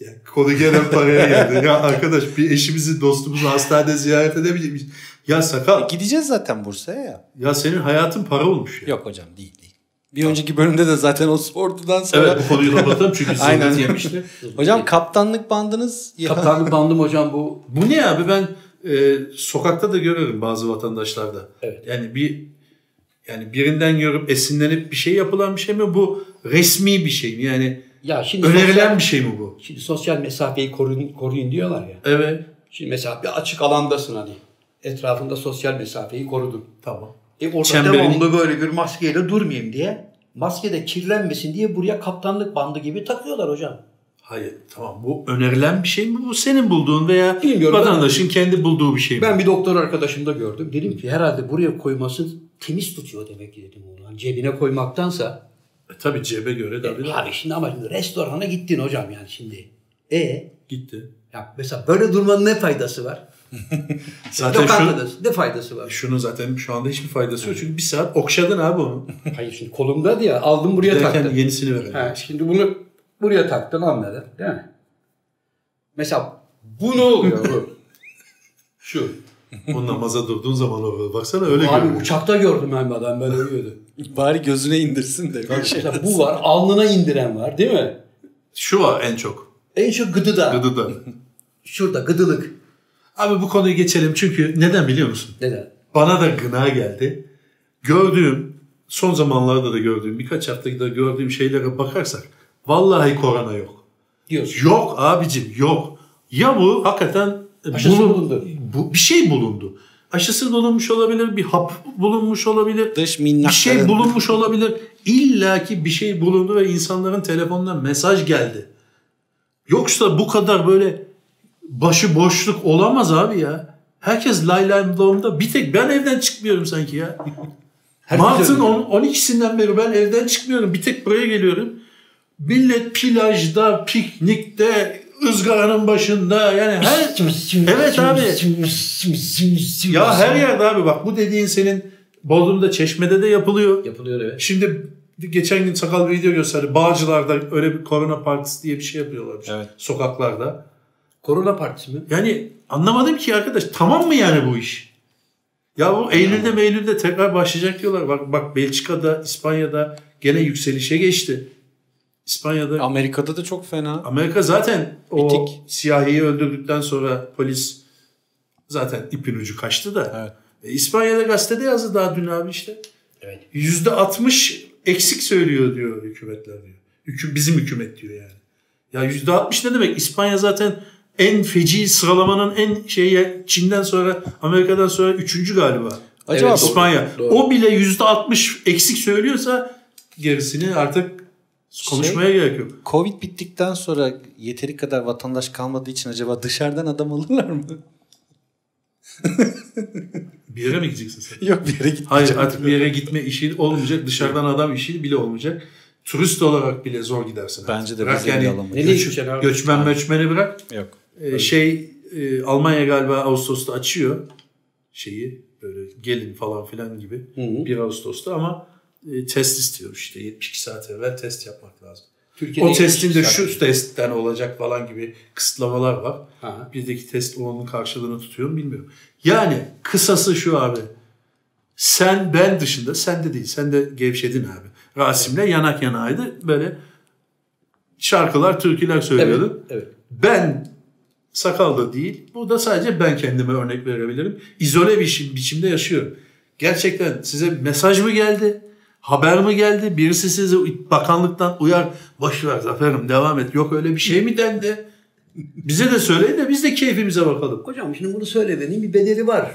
Speaker 4: Ya, konu gene paraya geldi. Ya arkadaş bir eşimizi dostumuzu hastanede ziyaret edebilir miyiz? Ya sakal.
Speaker 3: E, Gideceğiz zaten Bursa'ya ya.
Speaker 2: Ya senin hayatın para olmuş ya.
Speaker 3: Yok hocam değil değil. Bir önceki bölümde de zaten o sportudan sonra.
Speaker 2: Evet bu konuyu kapatalım çünkü
Speaker 3: Aynen.
Speaker 2: zillet yemişti.
Speaker 3: Hocam kaptanlık bandınız. ya-
Speaker 1: Kaptanlık bandım hocam bu
Speaker 2: Bu ne abi ben e, sokakta da görüyorum bazı vatandaşlarda.
Speaker 1: Evet.
Speaker 2: Yani bir yani birinden görüp esinlenip bir şey yapılan bir şey mi bu resmi bir şey mi yani
Speaker 1: Ya şimdi sosyal,
Speaker 2: önerilen bir şey mi bu?
Speaker 1: şimdi sosyal mesafeyi koruyun, koruyun diyorlar ya.
Speaker 2: Evet
Speaker 1: Şimdi mesela bir açık alandasın hani. Etrafında sosyal mesafeyi korudun.
Speaker 2: tamam.
Speaker 1: E orada
Speaker 2: Çemberini-
Speaker 1: devamlı böyle bir maskeyle durmayayım diye. Maske de kirlenmesin diye buraya kaptanlık bandı gibi takıyorlar hocam.
Speaker 2: Hayır tamam bu önerilen bir şey mi bu senin bulduğun veya
Speaker 1: Bilmiyorum,
Speaker 2: vatandaşın kendi bulduğu bir şey mi?
Speaker 1: Ben bir doktor arkadaşımda gördüm. Dedim ki herhalde buraya koyması temiz tutuyor demek ki dedim onu. Hani cebine koymaktansa.
Speaker 2: E, tabii cebe göre
Speaker 1: E,
Speaker 2: tabii
Speaker 1: abi şimdi ama şimdi restorana gittin hocam yani şimdi. E
Speaker 2: gitti.
Speaker 1: ya mesela böyle durmanın ne faydası var?
Speaker 2: Zaten şu,
Speaker 1: Lokantadasın. Ne faydası var?
Speaker 2: şunun zaten şu anda hiçbir faydası yok çünkü bir saat okşadın abi onu.
Speaker 1: Hayır şimdi kolumda diye aldım buraya
Speaker 2: Derken
Speaker 1: taktım.
Speaker 2: yenisini verelim.
Speaker 1: Ha, şimdi bunu buraya taktın anladın değil mi? Mesela bu ne oluyor bu? Şu.
Speaker 4: O namaza durduğun zaman o baksana öyle
Speaker 1: Abi
Speaker 4: görünüyor.
Speaker 1: uçakta gördüm ben bu adam ben ölüyordu.
Speaker 3: Bari gözüne indirsin de. Bir şey.
Speaker 1: Mesela bu var alnına indiren var değil mi?
Speaker 2: Şu var en çok.
Speaker 1: En şu gıdıda.
Speaker 2: Gıdıda.
Speaker 1: Şurada gıdılık.
Speaker 2: Abi bu konuyu geçelim çünkü neden biliyor musun?
Speaker 1: Neden?
Speaker 2: Bana da gına geldi. Gördüğüm, son zamanlarda da gördüğüm, birkaç haftada da gördüğüm şeylere bakarsak vallahi korona yok.
Speaker 1: Diyorsun.
Speaker 2: Yok abicim yok. Ya bu hakikaten
Speaker 1: Aşısı
Speaker 2: bulun-
Speaker 1: bulundu.
Speaker 2: Bu, bir şey bulundu. Aşısı bulunmuş olabilir, bir hap bulunmuş olabilir.
Speaker 3: Dış
Speaker 2: Bir
Speaker 3: minnakların.
Speaker 2: şey bulunmuş olabilir. İlla ki bir şey bulundu ve insanların telefonuna mesaj geldi. Yoksa bu kadar böyle başı boşluk olamaz abi ya. Herkes lay lay lomda. Bir tek ben evden çıkmıyorum sanki ya.
Speaker 1: Herkes
Speaker 2: Mart'ın
Speaker 1: öyle.
Speaker 2: on- 12'sinden beri ben evden çıkmıyorum. Bir tek buraya geliyorum. Millet plajda, piknikte, ızgaranın başında yani her Evet abi. ya her yerde abi bak bu dediğin senin Bodrum'da Çeşme'de de yapılıyor.
Speaker 1: Yapılıyor evet.
Speaker 2: Şimdi geçen gün sakal bir video gösterdi. Bağcılar'da öyle bir korona partisi diye bir şey yapıyorlar.
Speaker 3: Evet.
Speaker 2: Sokaklarda.
Speaker 1: Korona partisi mi?
Speaker 2: Yani anlamadım ki arkadaş tamam mı yani bu iş? Ya bu Eylül'de Meylül'de tekrar başlayacak diyorlar. Bak bak Belçika'da, İspanya'da gene yükselişe geçti. İspanya'da
Speaker 3: Amerika'da da çok fena.
Speaker 2: Amerika zaten o
Speaker 3: Bitik.
Speaker 2: siyahiyi öldürdükten sonra polis zaten ipin ucu kaçtı da.
Speaker 3: Evet.
Speaker 2: E, İspanya'da gazetede yazdı daha dün abi işte.
Speaker 1: Evet.
Speaker 2: Yüzde altmış eksik söylüyor diyor hükümetler diyor. Hüküm, bizim hükümet diyor yani. Ya yüzde altmış ne demek? İspanya zaten en feci sıralamanın en şeyi Çin'den sonra Amerika'dan sonra üçüncü galiba.
Speaker 3: Acaba
Speaker 1: Evet,
Speaker 3: bu-
Speaker 2: İspanya.
Speaker 1: doğru.
Speaker 2: O bile yüzde altmış eksik söylüyorsa gerisini artık konuşmaya gerek yok.
Speaker 3: Covid bittikten sonra yeteri kadar vatandaş kalmadığı için acaba dışarıdan adam alırlar mı?
Speaker 2: Bir yere mi gideceksin sen?
Speaker 3: Yok bir yere gitmeyeceğim.
Speaker 2: Hayır artık bir yere gitme işi olmayacak. Dışarıdan adam işi bile olmayacak. Turist olarak bile zor gidersin. artık.
Speaker 3: Bence de
Speaker 2: Bırak
Speaker 3: bizi
Speaker 2: yani
Speaker 3: bile alamayız.
Speaker 1: Nereye gideceksin abi?
Speaker 2: Göçmen göçmeni bırak.
Speaker 3: Yok.
Speaker 2: Ee, şey e, Almanya galiba Ağustos'ta açıyor şeyi böyle gelin falan filan gibi
Speaker 1: hı.
Speaker 2: 1 Ağustos'ta ama e, test istiyor işte 72 saat evvel test yapmak lazım.
Speaker 1: Türkiye'de
Speaker 2: o testin de
Speaker 1: yetmiş
Speaker 2: şu
Speaker 1: saat.
Speaker 2: testten olacak falan gibi kısıtlamalar var.
Speaker 1: Ha.
Speaker 2: Bizdeki test onun karşılığını tutuyor mu bilmiyorum. Yani kısası şu abi. Sen ben dışında sen de değil. Sen de gevşedin abi. Rasim'le yanak yanaydı. Böyle şarkılar, türküler söylüyordun.
Speaker 1: Evet.
Speaker 2: Ben sakal da değil. Burada sadece ben kendime örnek verebilirim. İzole bir şi- biçimde yaşıyorum. Gerçekten size mesaj mı geldi? Haber mi geldi? Birisi sizi bakanlıktan uyar. Boş ver Zafer'im devam et. Yok öyle bir şey mi dendi? Bize de söyleyin de biz de keyfimize bakalım.
Speaker 1: Hocam şimdi bunu söylemenin bir bedeli var.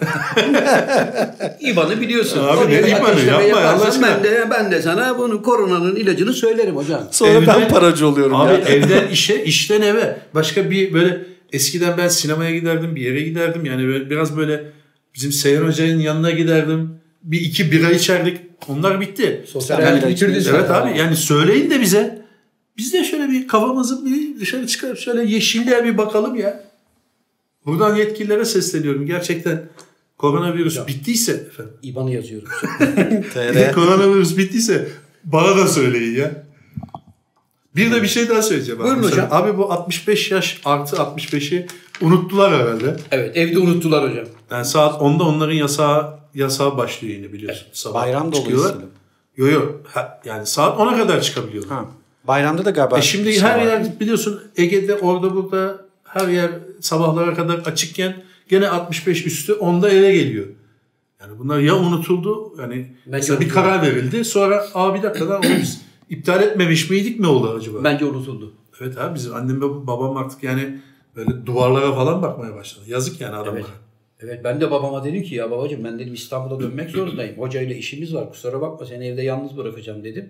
Speaker 1: İBAN'ı biliyorsun.
Speaker 2: Abi
Speaker 1: Oraya
Speaker 2: ne
Speaker 1: bir
Speaker 2: İBAN'ı?
Speaker 1: ateşleme
Speaker 2: Yapma Allah
Speaker 1: yaparsan
Speaker 2: aşkına.
Speaker 1: Ben de, ben de sana bunu koronanın ilacını söylerim hocam.
Speaker 3: Sonra
Speaker 2: Evde-
Speaker 3: ben paracı oluyorum
Speaker 2: Abi
Speaker 3: ya.
Speaker 2: evden işe, işten eve. Başka bir böyle eskiden ben sinemaya giderdim, bir yere giderdim. Yani böyle, biraz böyle bizim Seyhan Hoca'nın yanına giderdim. Bir iki bira içerdik. Onlar bitti.
Speaker 1: Sosyal
Speaker 3: hayatı
Speaker 2: yani,
Speaker 3: bitirdiniz
Speaker 2: Evet
Speaker 1: zaten.
Speaker 2: abi yani söyleyin de bize. Biz de şöyle bir kafamızı bir dışarı çıkarıp şöyle yeşilliğe bir bakalım ya. Buradan yetkililere sesleniyorum. Gerçekten koronavirüs bittiyse efendim.
Speaker 1: İBAN'ı yazıyorum.
Speaker 3: TR.
Speaker 4: Koronavirüs bittiyse bana da söyleyin ya. Bir de bir şey daha söyleyeceğim. abi.
Speaker 1: Buyurun
Speaker 4: Mesela-
Speaker 1: hocam.
Speaker 2: Abi bu 65 yaş artı 65'i
Speaker 4: Unuttular herhalde.
Speaker 1: evet evde unuttular hocam.
Speaker 2: yani saat 10'da onların yasağı yasağı başlıyor yine biliyorsun. Sabah
Speaker 3: Bayram
Speaker 2: çıkıyorlar.
Speaker 3: dolayısıyla.
Speaker 2: Yok yok. Ha, Yani saat 10'a kadar çıkabiliyorlar.
Speaker 3: Ha. Bayramda da galiba.
Speaker 2: E şimdi
Speaker 3: şey
Speaker 2: her
Speaker 3: var.
Speaker 2: yer biliyorsun Ege'de orada burada her yer sabahlara kadar açıkken gene 65 üstü onda eve geliyor. Yani bunlar ya unutuldu yani mesela bir
Speaker 1: unutuldu.
Speaker 2: karar verildi sonra aa bir dakika lan onu biz iptal etmemiş miydik ne oldu acaba?
Speaker 1: Bence unutuldu.
Speaker 2: Evet abi bizim annem ve babam artık yani böyle duvarlara falan bakmaya başladı. Yazık yani adamlara.
Speaker 1: Evet ben de babama dedim ki ya babacığım ben dedim İstanbul'a dönmek zorundayım. Hocayla işimiz var kusura bakma seni evde yalnız bırakacağım dedim.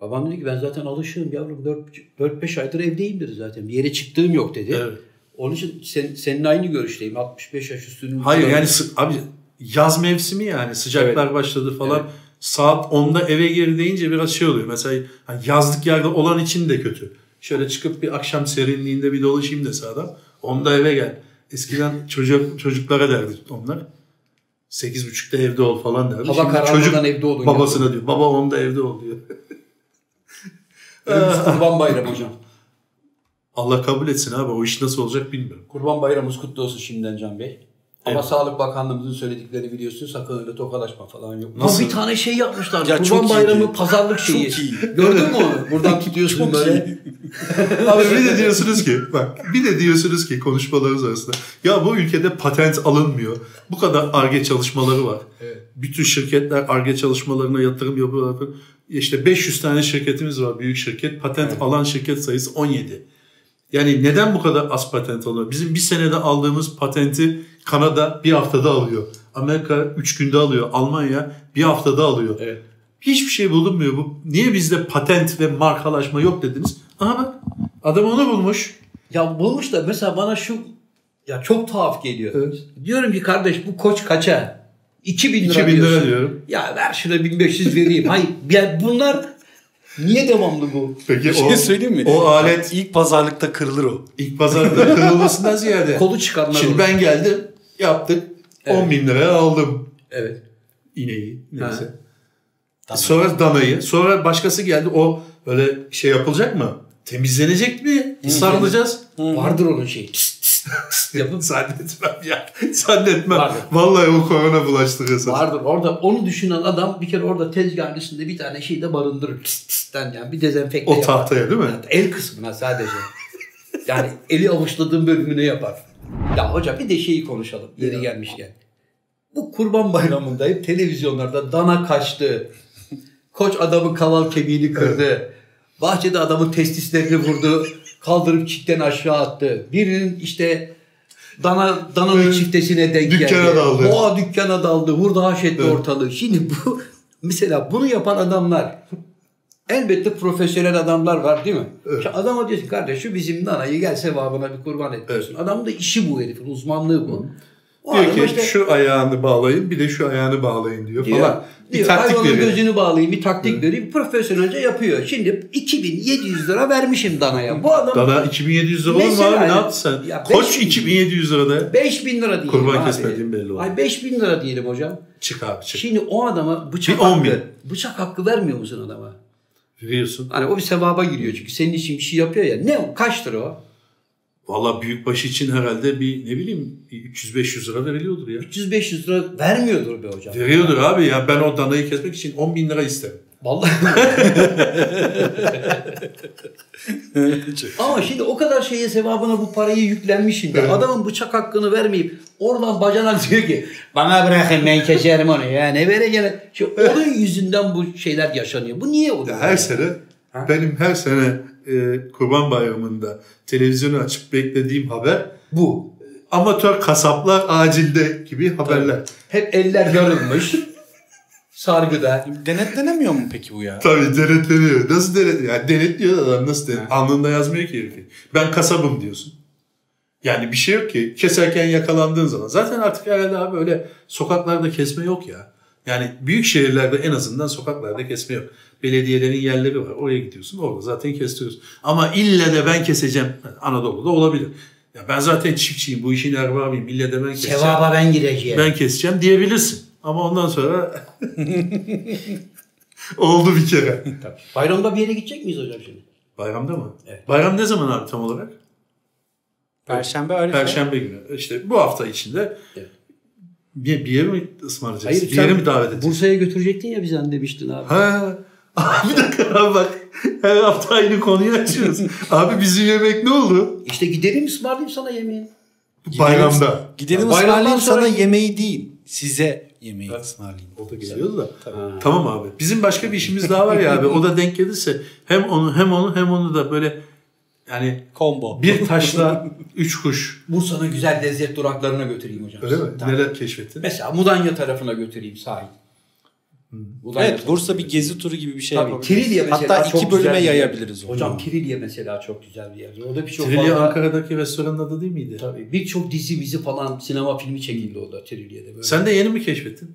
Speaker 1: Babam dedi ki ben zaten alışığım yavrum 4-5 aydır evdeyim dedi zaten. Bir yere çıktığım yok dedi.
Speaker 2: Evet.
Speaker 1: Onun için sen, senin aynı görüşteyim. 65 yaş üstünün.
Speaker 2: Hayır yani sı- abi yaz mevsimi yani sıcaklar başladı falan. Saat 10'da eve geri deyince biraz şey oluyor. Mesela hani yazlık yerde olan için de kötü. Şöyle çıkıp bir akşam serinliğinde bir dolaşayım dese adam. 10'da eve gel. Eskiden çocuk çocuklara derdi onlar. 8.30'da evde ol falan derdi.
Speaker 1: Hava karanlığından evde olun
Speaker 2: Babasına diyor. Baba 10'da evde ol diyor.
Speaker 1: Önümüz Kurban Bayramı hocam.
Speaker 2: Allah kabul etsin abi. O iş nasıl olacak bilmiyorum.
Speaker 1: Kurban Bayramımız kutlu olsun şimdiden Can Bey. Ama
Speaker 2: Evet.
Speaker 1: Sağlık Bakanlığımızın söyledikleri biliyorsun sakın öyle tokalaşma falan yok.
Speaker 2: Nasıl?
Speaker 1: Ama bir tane şey yapmışlar.
Speaker 3: Ya çok
Speaker 1: Kurban
Speaker 3: iyiydi.
Speaker 1: Bayramı pazarlık şeyi. Gördün mü onu? Buradan tutuyorsun böyle.
Speaker 4: Abi bir de diyorsunuz ki bak bir de diyorsunuz ki konuşmalarınız arasında ya bu ülkede patent alınmıyor. Bu kadar arge çalışmaları var.
Speaker 2: Bütün şirketler ARGE çalışmalarına yatırım yapıyorlar. İşte 500 tane şirketimiz var büyük şirket. Patent alan şirket sayısı 17. Yani neden bu kadar az patent alıyor? Bizim bir senede aldığımız patenti Kanada bir haftada alıyor. Amerika 3 günde alıyor. Almanya bir haftada alıyor.
Speaker 1: Evet.
Speaker 2: Hiçbir şey bulunmuyor. Bu, niye bizde patent ve markalaşma yok dediniz? Aha bak adam onu bulmuş.
Speaker 1: Ya bulmuş da mesela bana şu ya çok tuhaf geliyor. Diyorum ki kardeş bu koç kaça? 2000 lira,
Speaker 2: 2000 lira
Speaker 1: diyorsun.
Speaker 2: diyorum.
Speaker 1: Ya ver şuna 1500 vereyim. Hayır ya bunlar niye devamlı bu?
Speaker 4: Peki
Speaker 3: Bir
Speaker 4: o,
Speaker 3: şey söyleyeyim mi?
Speaker 2: o alet-
Speaker 3: ilk pazarlıkta kırılır o.
Speaker 2: İlk pazarda kırılmasından ziyade.
Speaker 1: Kolu çıkanlar
Speaker 2: Şimdi
Speaker 1: olur.
Speaker 2: ben geldim yaptık.
Speaker 4: 10 bin liraya aldım
Speaker 1: Evet.
Speaker 2: ineği neyse.
Speaker 3: Tamam.
Speaker 2: Sonra danayı. Sonra başkası geldi. O böyle şey yapılacak mı? Temizlenecek mi? Sarılacağız.
Speaker 1: Vardır onun şeyi. Yapıp
Speaker 2: Zannetmem ya. Zannetmem.
Speaker 1: Vardır.
Speaker 4: vallahi o korona bulaştırıyor sana.
Speaker 1: Vardır. Orada onu düşünen adam bir kere orada tezgahın üstünde bir tane şey de barındırır. Tıs tısten yani bir dezenfekte
Speaker 4: O
Speaker 1: yapar.
Speaker 4: tahtaya değil mi?
Speaker 1: El kısmına sadece. yani eli avuçladığın bölümüne yapar. Ya hocam bir de şeyi konuşalım yeri gelmişken. Bu kurban bayramında hep televizyonlarda dana kaçtı. Koç adamın kaval kemiğini kırdı. Bahçede adamın testislerini vurdu. Kaldırıp çikten aşağı attı. Birinin işte dana dananın
Speaker 4: Evet.
Speaker 1: çiftesine denk
Speaker 4: Dükkana
Speaker 1: geldi.
Speaker 4: daldı.
Speaker 1: Boğa dükkana daldı. Vurdu haşetti ortalığı. Şimdi bu mesela bunu yapan adamlar Elbette profesyonel adamlar var değil mi? Şu adama diyorsun kardeş şu bizim nanayı gel sevabına bir kurban et diyorsun. Adamın da işi bu herifin uzmanlığı bu. O
Speaker 2: diyor
Speaker 1: adama
Speaker 2: ki
Speaker 1: işte-
Speaker 2: şu ayağını bağlayın bir de şu ayağını bağlayın diyor,
Speaker 1: diyor.
Speaker 2: falan. Bir
Speaker 1: Diyor,
Speaker 2: taktik
Speaker 1: hayvanın
Speaker 2: veriyor.
Speaker 1: gözünü bağlayayım bir taktik vereyim. Profesyonelce yapıyor. Şimdi 2700 lira vermişim danaya. Bu adam
Speaker 2: Dana 2700 lira olur mu
Speaker 1: Mesela
Speaker 2: abi? Ne
Speaker 1: yani-
Speaker 2: yaptın sen?
Speaker 1: Ya
Speaker 2: Koç
Speaker 1: beş bin-
Speaker 2: 2700 lirada
Speaker 1: 5000 lira diyelim
Speaker 2: Kurban
Speaker 1: abi.
Speaker 2: kesmediğim belli oldu.
Speaker 1: Ay 5000 lira diyelim hocam.
Speaker 2: çık abi çık.
Speaker 1: Şimdi o adama bıçak
Speaker 2: Bir on bin.
Speaker 1: hakkı, bıçak hakkı vermiyor musun adama?
Speaker 2: Veriyorsun.
Speaker 1: Hani o bir sevaba giriyor çünkü senin için bir şey yapıyor ya. Ne o? Kaçtır o?
Speaker 2: Valla büyükbaşı için herhalde bir ne bileyim bir 300-500 lira veriliyordur ya.
Speaker 1: 300-500 lira vermiyordur be hocam.
Speaker 2: Veriyordur abi ya ben o danayı kesmek için 10 bin lira isterim.
Speaker 1: Vallahi. Ama şimdi o kadar şeye sevabına bu parayı yüklenmişim de adamın bıçak hakkını vermeyip oradan bacanak diyor ki bana bırakın ben keserim onu ya ne vere gene. Şimdi onun yüzünden bu şeyler yaşanıyor. Bu niye oluyor?
Speaker 2: Ya her şey- sene benim her sene e, Kurban Bayramı'nda televizyonu açıp beklediğim haber
Speaker 1: bu.
Speaker 2: amatör kasaplar acilde gibi haberler.
Speaker 1: Hep eller yarılmış. Sargıda.
Speaker 3: Denetlenemiyor mu peki bu ya?
Speaker 2: Tabii denetleniyor. Nasıl denetliyor? Yani denetliyor adam nasıl denet? Alnında yazmıyor ki herifi. Ben kasabım diyorsun. Yani bir şey yok ki. Keserken yakalandığın zaman. Zaten artık herhalde abi öyle sokaklarda kesme yok ya. Yani büyük şehirlerde en azından sokaklarda kesme yok. Belediyelerin yerleri var. Oraya gidiyorsun. Orada zaten kestiriyorsun. Ama ille de ben keseceğim. Anadolu'da olabilir. Ya ben zaten çiftçiyim. Bu işin erbabıyım. İlle de ben keseceğim.
Speaker 1: Sevaba ben gireceğim.
Speaker 2: Ben keseceğim diyebilirsin. Ama ondan sonra oldu bir kere.
Speaker 1: Bayramda bir yere gidecek miyiz hocam şimdi?
Speaker 2: Bayramda mı? Bayram ne zaman abi tam olarak?
Speaker 3: Perşembe Arife.
Speaker 2: Perşembe günü. İşte bu hafta içinde
Speaker 1: Evet.
Speaker 2: bir, bir yere mi ısmarlayacaksın?
Speaker 1: Hayır,
Speaker 2: bir yere
Speaker 1: sen
Speaker 2: mi davet edeceksin?
Speaker 1: Bursa'ya götürecektin ya bizi hani demiştin abi.
Speaker 2: Ha. Abi bir dakika abi bak. Her hafta aynı konuyu açıyoruz. abi bizim yemek ne oldu?
Speaker 1: İşte gidelim ısmarlayayım sana yemeği.
Speaker 2: Bayramda.
Speaker 3: Gidelim
Speaker 1: Bayramdan
Speaker 3: ısmarlayayım
Speaker 1: sonra-
Speaker 3: sana yemeği değil. Size yemeği ısmarlayayım.
Speaker 2: O da geliyordu da. Tamam abi. Bizim başka bir işimiz daha var ya abi. O da denk gelirse hem onu hem onu hem onu da böyle yani
Speaker 3: Combo.
Speaker 2: bir taşla üç kuş.
Speaker 1: Bursa'nın güzel lezzet duraklarına götüreyim hocam.
Speaker 2: Öyle mi? Neler keşfettin?
Speaker 1: Mesela Mudanya tarafına götüreyim sahil. Mudanya
Speaker 3: Evet Bursa bir gezi turu gibi bir şey
Speaker 1: Tabii
Speaker 3: yapabiliriz.
Speaker 1: Kirilya mesela
Speaker 3: Hatta
Speaker 1: çok
Speaker 3: iki bölüme
Speaker 1: güzel bir yer.
Speaker 3: yayabiliriz onu.
Speaker 1: Hocam Kirilya mesela çok güzel bir yer. Orada birçok
Speaker 2: Trilya
Speaker 1: fazla-
Speaker 2: Ankara'daki restoranın adı değil miydi?
Speaker 1: Tabii birçok dizi bizi falan sinema filmi çekildi orada Trilya'da böyle.
Speaker 2: Sen de yeni mi keşfettin?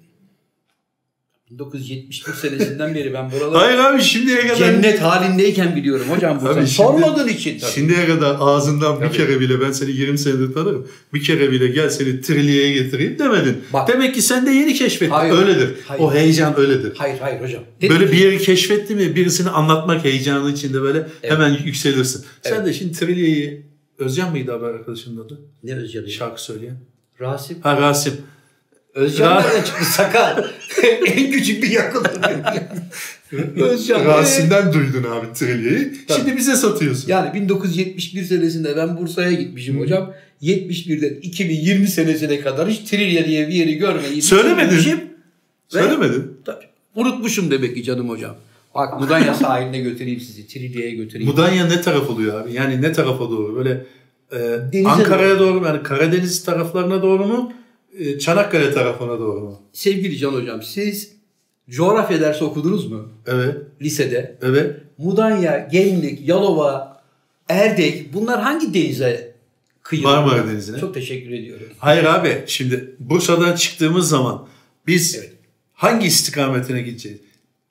Speaker 1: 1971 senesinden beri ben buraları
Speaker 2: Hayır abi şimdiye kadar.
Speaker 1: cennet halindeyken biliyorum hocam Bursa.
Speaker 2: Tabii şimdi-
Speaker 1: Sormadığın için tabii.
Speaker 2: Şimdiye kadar ağzından bir kere bile ben seni 20 senedir tanırım. Bir kere bile gel seni Trilya'ya getireyim demedin.
Speaker 1: Bak-
Speaker 2: Demek ki sen de yeni keşfettin.
Speaker 1: Hayır.
Speaker 2: öyledir.
Speaker 1: Hayır.
Speaker 2: O heyecan öyledir.
Speaker 1: Hayır hayır hocam. Dedim
Speaker 2: Böyle
Speaker 1: ki-
Speaker 2: bir yeri keşfetti mi birisini anlatmak heyecanı içinde böyle hemen yükselirsin. Sen de şimdi Trilya'yı Özcan mıydı haber arkadaşının adı?
Speaker 1: Ne Özcan'ı?
Speaker 2: Şarkı söyleyen.
Speaker 1: Rasip.
Speaker 2: Ha Rasim.
Speaker 1: Özcan
Speaker 2: Ra-
Speaker 1: nereden çıktı sakal? en küçük bir yakınlık. Özcan.
Speaker 2: Rasim'den duydun abi Trilya'yı. Şimdi bize satıyorsun.
Speaker 1: Yani 1971 senesinde ben Bursa'ya gitmişim hocam. 71'den 2020 senesine kadar hiç Trilya diye bir yeri görmeyi
Speaker 2: Söylemedin.
Speaker 1: düşünmemişim. Ve
Speaker 2: Söylemedin.
Speaker 1: tabii unutmuşum demek ki canım hocam. Bak Mudanya sahiline götüreyim sizi. Trilya'ya götüreyim.
Speaker 2: Mudanya ne taraf oluyor abi? Yani ne tarafa doğru? Böyle e,
Speaker 1: Denize
Speaker 2: Ankara'ya doğru mu? Yani Karadeniz taraflarına doğru mu? E, Çanakkale tarafına doğru mu?
Speaker 1: Sevgili Can hocam siz coğrafya dersi okudunuz mu?
Speaker 2: Evet.
Speaker 1: Lisede.
Speaker 2: Evet.
Speaker 1: Mudanya, Gemlik, Yalova, Erdek bunlar hangi denize kıyı?
Speaker 2: Marmara Denizi'ne.
Speaker 1: Çok teşekkür ediyorum.
Speaker 2: Hayır abi şimdi Bursa'dan çıktığımız zaman biz
Speaker 1: Evet.
Speaker 2: hangi istikametine gideceğiz?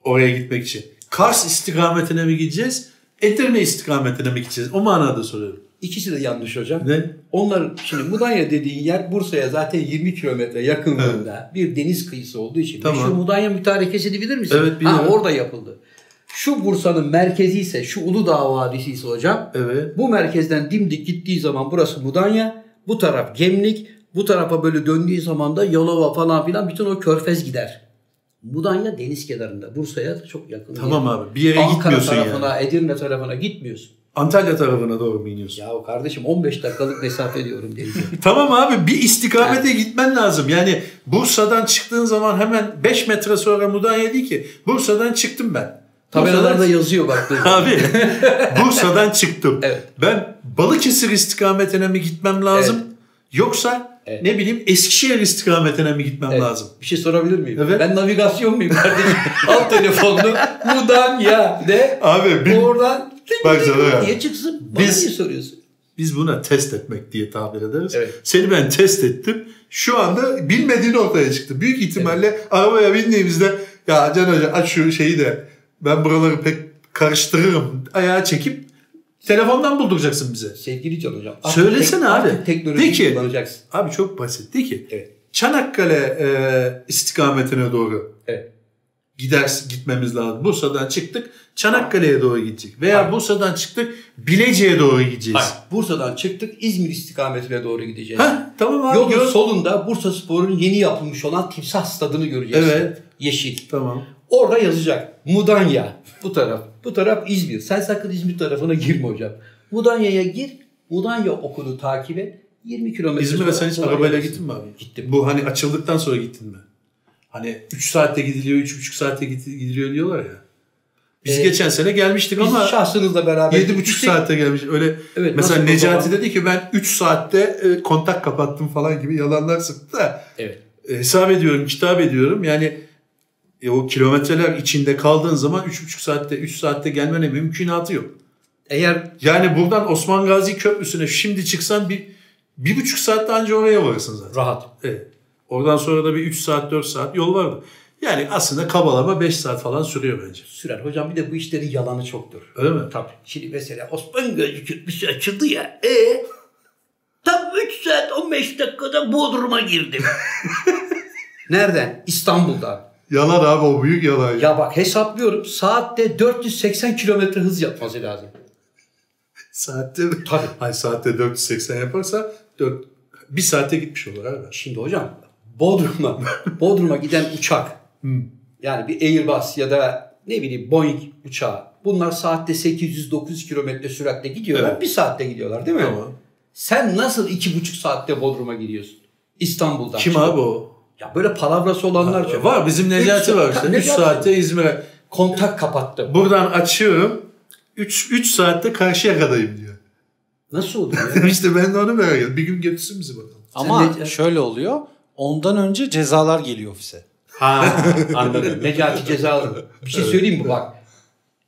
Speaker 2: Oraya gitmek için. Kars istikametine mi gideceğiz? Edirne istikametine mi gideceğiz? O manada soruyorum.
Speaker 1: İkisi de yanlış hocam.
Speaker 2: Ne?
Speaker 1: Onların şimdi Mudanya dediğin yer Bursa'ya zaten 20 kilometre yakınlığında bir deniz kıyısı olduğu için.
Speaker 2: Tamam.
Speaker 1: Şu Mudanya mütarekesini bilir misin?
Speaker 2: Evet, biliyorum.
Speaker 1: Ha, orada yapıldı. Şu Bursa'nın merkezi ise, şu Uludağ Vadisi ise hocam,
Speaker 2: Evet.
Speaker 1: bu merkezden dimdik gittiği zaman burası Mudanya, bu taraf Gemlik, bu tarafa böyle döndüğü zaman da Yalova falan filan bütün o körfez gider. Mudanya deniz kenarında. Bursa'ya çok yakın.
Speaker 2: Tamam
Speaker 1: yer.
Speaker 2: abi bir yere
Speaker 1: Ankara
Speaker 2: gitmiyorsun
Speaker 1: tarafına,
Speaker 2: yani.
Speaker 1: Edirne tarafına gitmiyorsun.
Speaker 2: Antalya tarafına doğru mu iniyorsun?
Speaker 1: Ya kardeşim 15 dakikalık mesafe diyorum denize.
Speaker 2: Tamam abi bir istikamete gitmen lazım. Yani Bursa'dan çıktığın zaman hemen 5 metre sonra Mudanya değil ki. Bursa'dan çıktım ben.
Speaker 1: Tabelalarda
Speaker 2: Bursa'dan...
Speaker 1: yazıyor baktığın zaman.
Speaker 2: Abi Bursa'dan çıktım.
Speaker 1: Evet.
Speaker 2: Ben Balıkesir istikametine mi gitmem lazım? Yoksa
Speaker 1: Evet.
Speaker 2: ne bileyim Eskişehir istikametine mi gitmem
Speaker 1: Evet.
Speaker 2: lazım?
Speaker 1: Bir şey sorabilir miyim?
Speaker 2: Evet.
Speaker 1: Ben navigasyon muyum kardeşim? Al telefonunu. Mudanya de.
Speaker 2: Abi bir-
Speaker 1: Oradan
Speaker 2: Bak sana ya.
Speaker 1: niye çıksın? Bana
Speaker 2: Biz-
Speaker 1: niye soruyorsun?
Speaker 2: Biz buna test etmek diye tabir ederiz.
Speaker 1: Evet.
Speaker 2: Seni ben test ettim. şu anda bilmediğini ortaya çıktı. Büyük ihtimalle arabaya bindiğimizde ya Can Hoca aç şu şeyi de ben buraları pek karıştırırım. Ayağa çekip telefondan bulduracaksın bize.
Speaker 1: Sevgili Can Hocam. artık
Speaker 2: Söylesene abi.
Speaker 1: Artık teknolojiyi
Speaker 2: De ki-
Speaker 1: kullanacaksın.
Speaker 2: Abi çok basit. De ki
Speaker 1: Evet.
Speaker 2: Çanakkale e, istikametine doğru
Speaker 1: Evet.
Speaker 2: giders gitmemiz lazım. Bursa'dan çıktık Çanakkale'ye doğru gidecek. Veya
Speaker 1: Hayır.
Speaker 2: Bursa'dan çıktık Bilecik'e doğru gideceğiz.
Speaker 1: Hayır, Bursa'dan çıktık İzmir istikametine doğru gideceğiz.
Speaker 2: Ha tamam abi.
Speaker 1: Yolun
Speaker 2: gör.
Speaker 1: solunda Bursa Spor'un yeni yapılmış olan timsah stadını göreceğiz.
Speaker 2: Evet.
Speaker 1: Yeşil.
Speaker 2: Tamam.
Speaker 1: Orada yazacak. Mudanya. Bu taraf. Bu taraf İzmir. Sen sakın İzmir tarafına girme hocam. Mudanya'ya gir. Mudanya okulu takip et. 20 kilometre.
Speaker 2: İzmir'e
Speaker 1: sonra
Speaker 2: sen hiç
Speaker 1: Mudanya'dasın.
Speaker 2: arabayla gittin mi abi?
Speaker 1: Gittim.
Speaker 2: Bu hani açıldıktan sonra gittin mi? Hani 3 saatte gidiliyor, 3,5 saatte gidi- gidiliyor diyorlar ya. Biz
Speaker 1: Ee,
Speaker 2: geçen sene gelmiştik
Speaker 1: Biz
Speaker 2: ama
Speaker 1: şahsınızla beraber.
Speaker 2: 7,5
Speaker 1: gittik.
Speaker 2: saatte gelmiş. Öyle
Speaker 1: Evet,
Speaker 2: mesela
Speaker 1: nasıl bu
Speaker 2: Necati
Speaker 1: zaman?
Speaker 2: dedi ki ben 3 saatte e, kontak kapattım falan gibi yalanlar sıktı da.
Speaker 1: Evet.
Speaker 2: E, hesap ediyorum, kitap ediyorum. Yani e, o kilometreler içinde kaldığın zaman 3,5 saatte, 3 saatte gelmene mümkünatı yok.
Speaker 1: Eğer
Speaker 2: Yani buradan Osman Gazi Köprüsü'ne şimdi çıksan bir, bir buçuk saatte anca oraya varırsın zaten.
Speaker 1: rahat.
Speaker 2: Evet. Oradan sonra da bir 3 saat 4 saat yol vardı. Yani aslında kabalama 5 saat falan sürüyor bence.
Speaker 1: Sürer. Hocam bir de bu işlerin yalanı çoktur.
Speaker 2: Öyle mi?
Speaker 1: Tabii. Şimdi mesela Osman Gazi Köprüsü açıldı ya. E tam 3 saat 15 dakikada Bodrum'a girdim. Nereden? İstanbul'dan.
Speaker 2: Yalan abi o büyük yalan.
Speaker 1: Ya bak hesaplıyorum saatte 480 kilometre hız yapması lazım.
Speaker 2: Saatte mi?
Speaker 1: Tabii.
Speaker 2: Hayır saatte 480 yaparsa 4, 1 saate gitmiş olur abi.
Speaker 1: Şimdi hocam Bodrum'a Bodrum'a giden uçak
Speaker 2: Hmm.
Speaker 1: yani bir Airbus ya da ne bileyim Boeing uçağı bunlar saatte 800-900 kilometre süratle gidiyorlar.
Speaker 2: Evet.
Speaker 1: Bir saatte gidiyorlar değil mi?
Speaker 2: Tamam.
Speaker 1: Sen nasıl iki buçuk saatte Bodrum'a gidiyorsun? İstanbul'dan.
Speaker 2: Kim
Speaker 1: çıkıp.
Speaker 2: abi o?
Speaker 1: Ya böyle palavrası olanlar çok.
Speaker 2: Var bizim Necati
Speaker 1: Üç-
Speaker 2: var işte.
Speaker 1: Necati-
Speaker 2: 3 saatte İzmir'e.
Speaker 1: Kontak kapattım.
Speaker 2: Buradan açıyorum. 3, 3 saatte karşıya kadayım diyor.
Speaker 1: Nasıl oldu? ya?
Speaker 2: işte ben de onu merak ediyorum. Bir gün götürsün bizi bakalım.
Speaker 3: Ama
Speaker 1: Sen de-
Speaker 3: şöyle oluyor. Ondan önce cezalar geliyor ofise.
Speaker 1: Ha anladım. Necati cezalı. Bir şey söyleyeyim mi bak.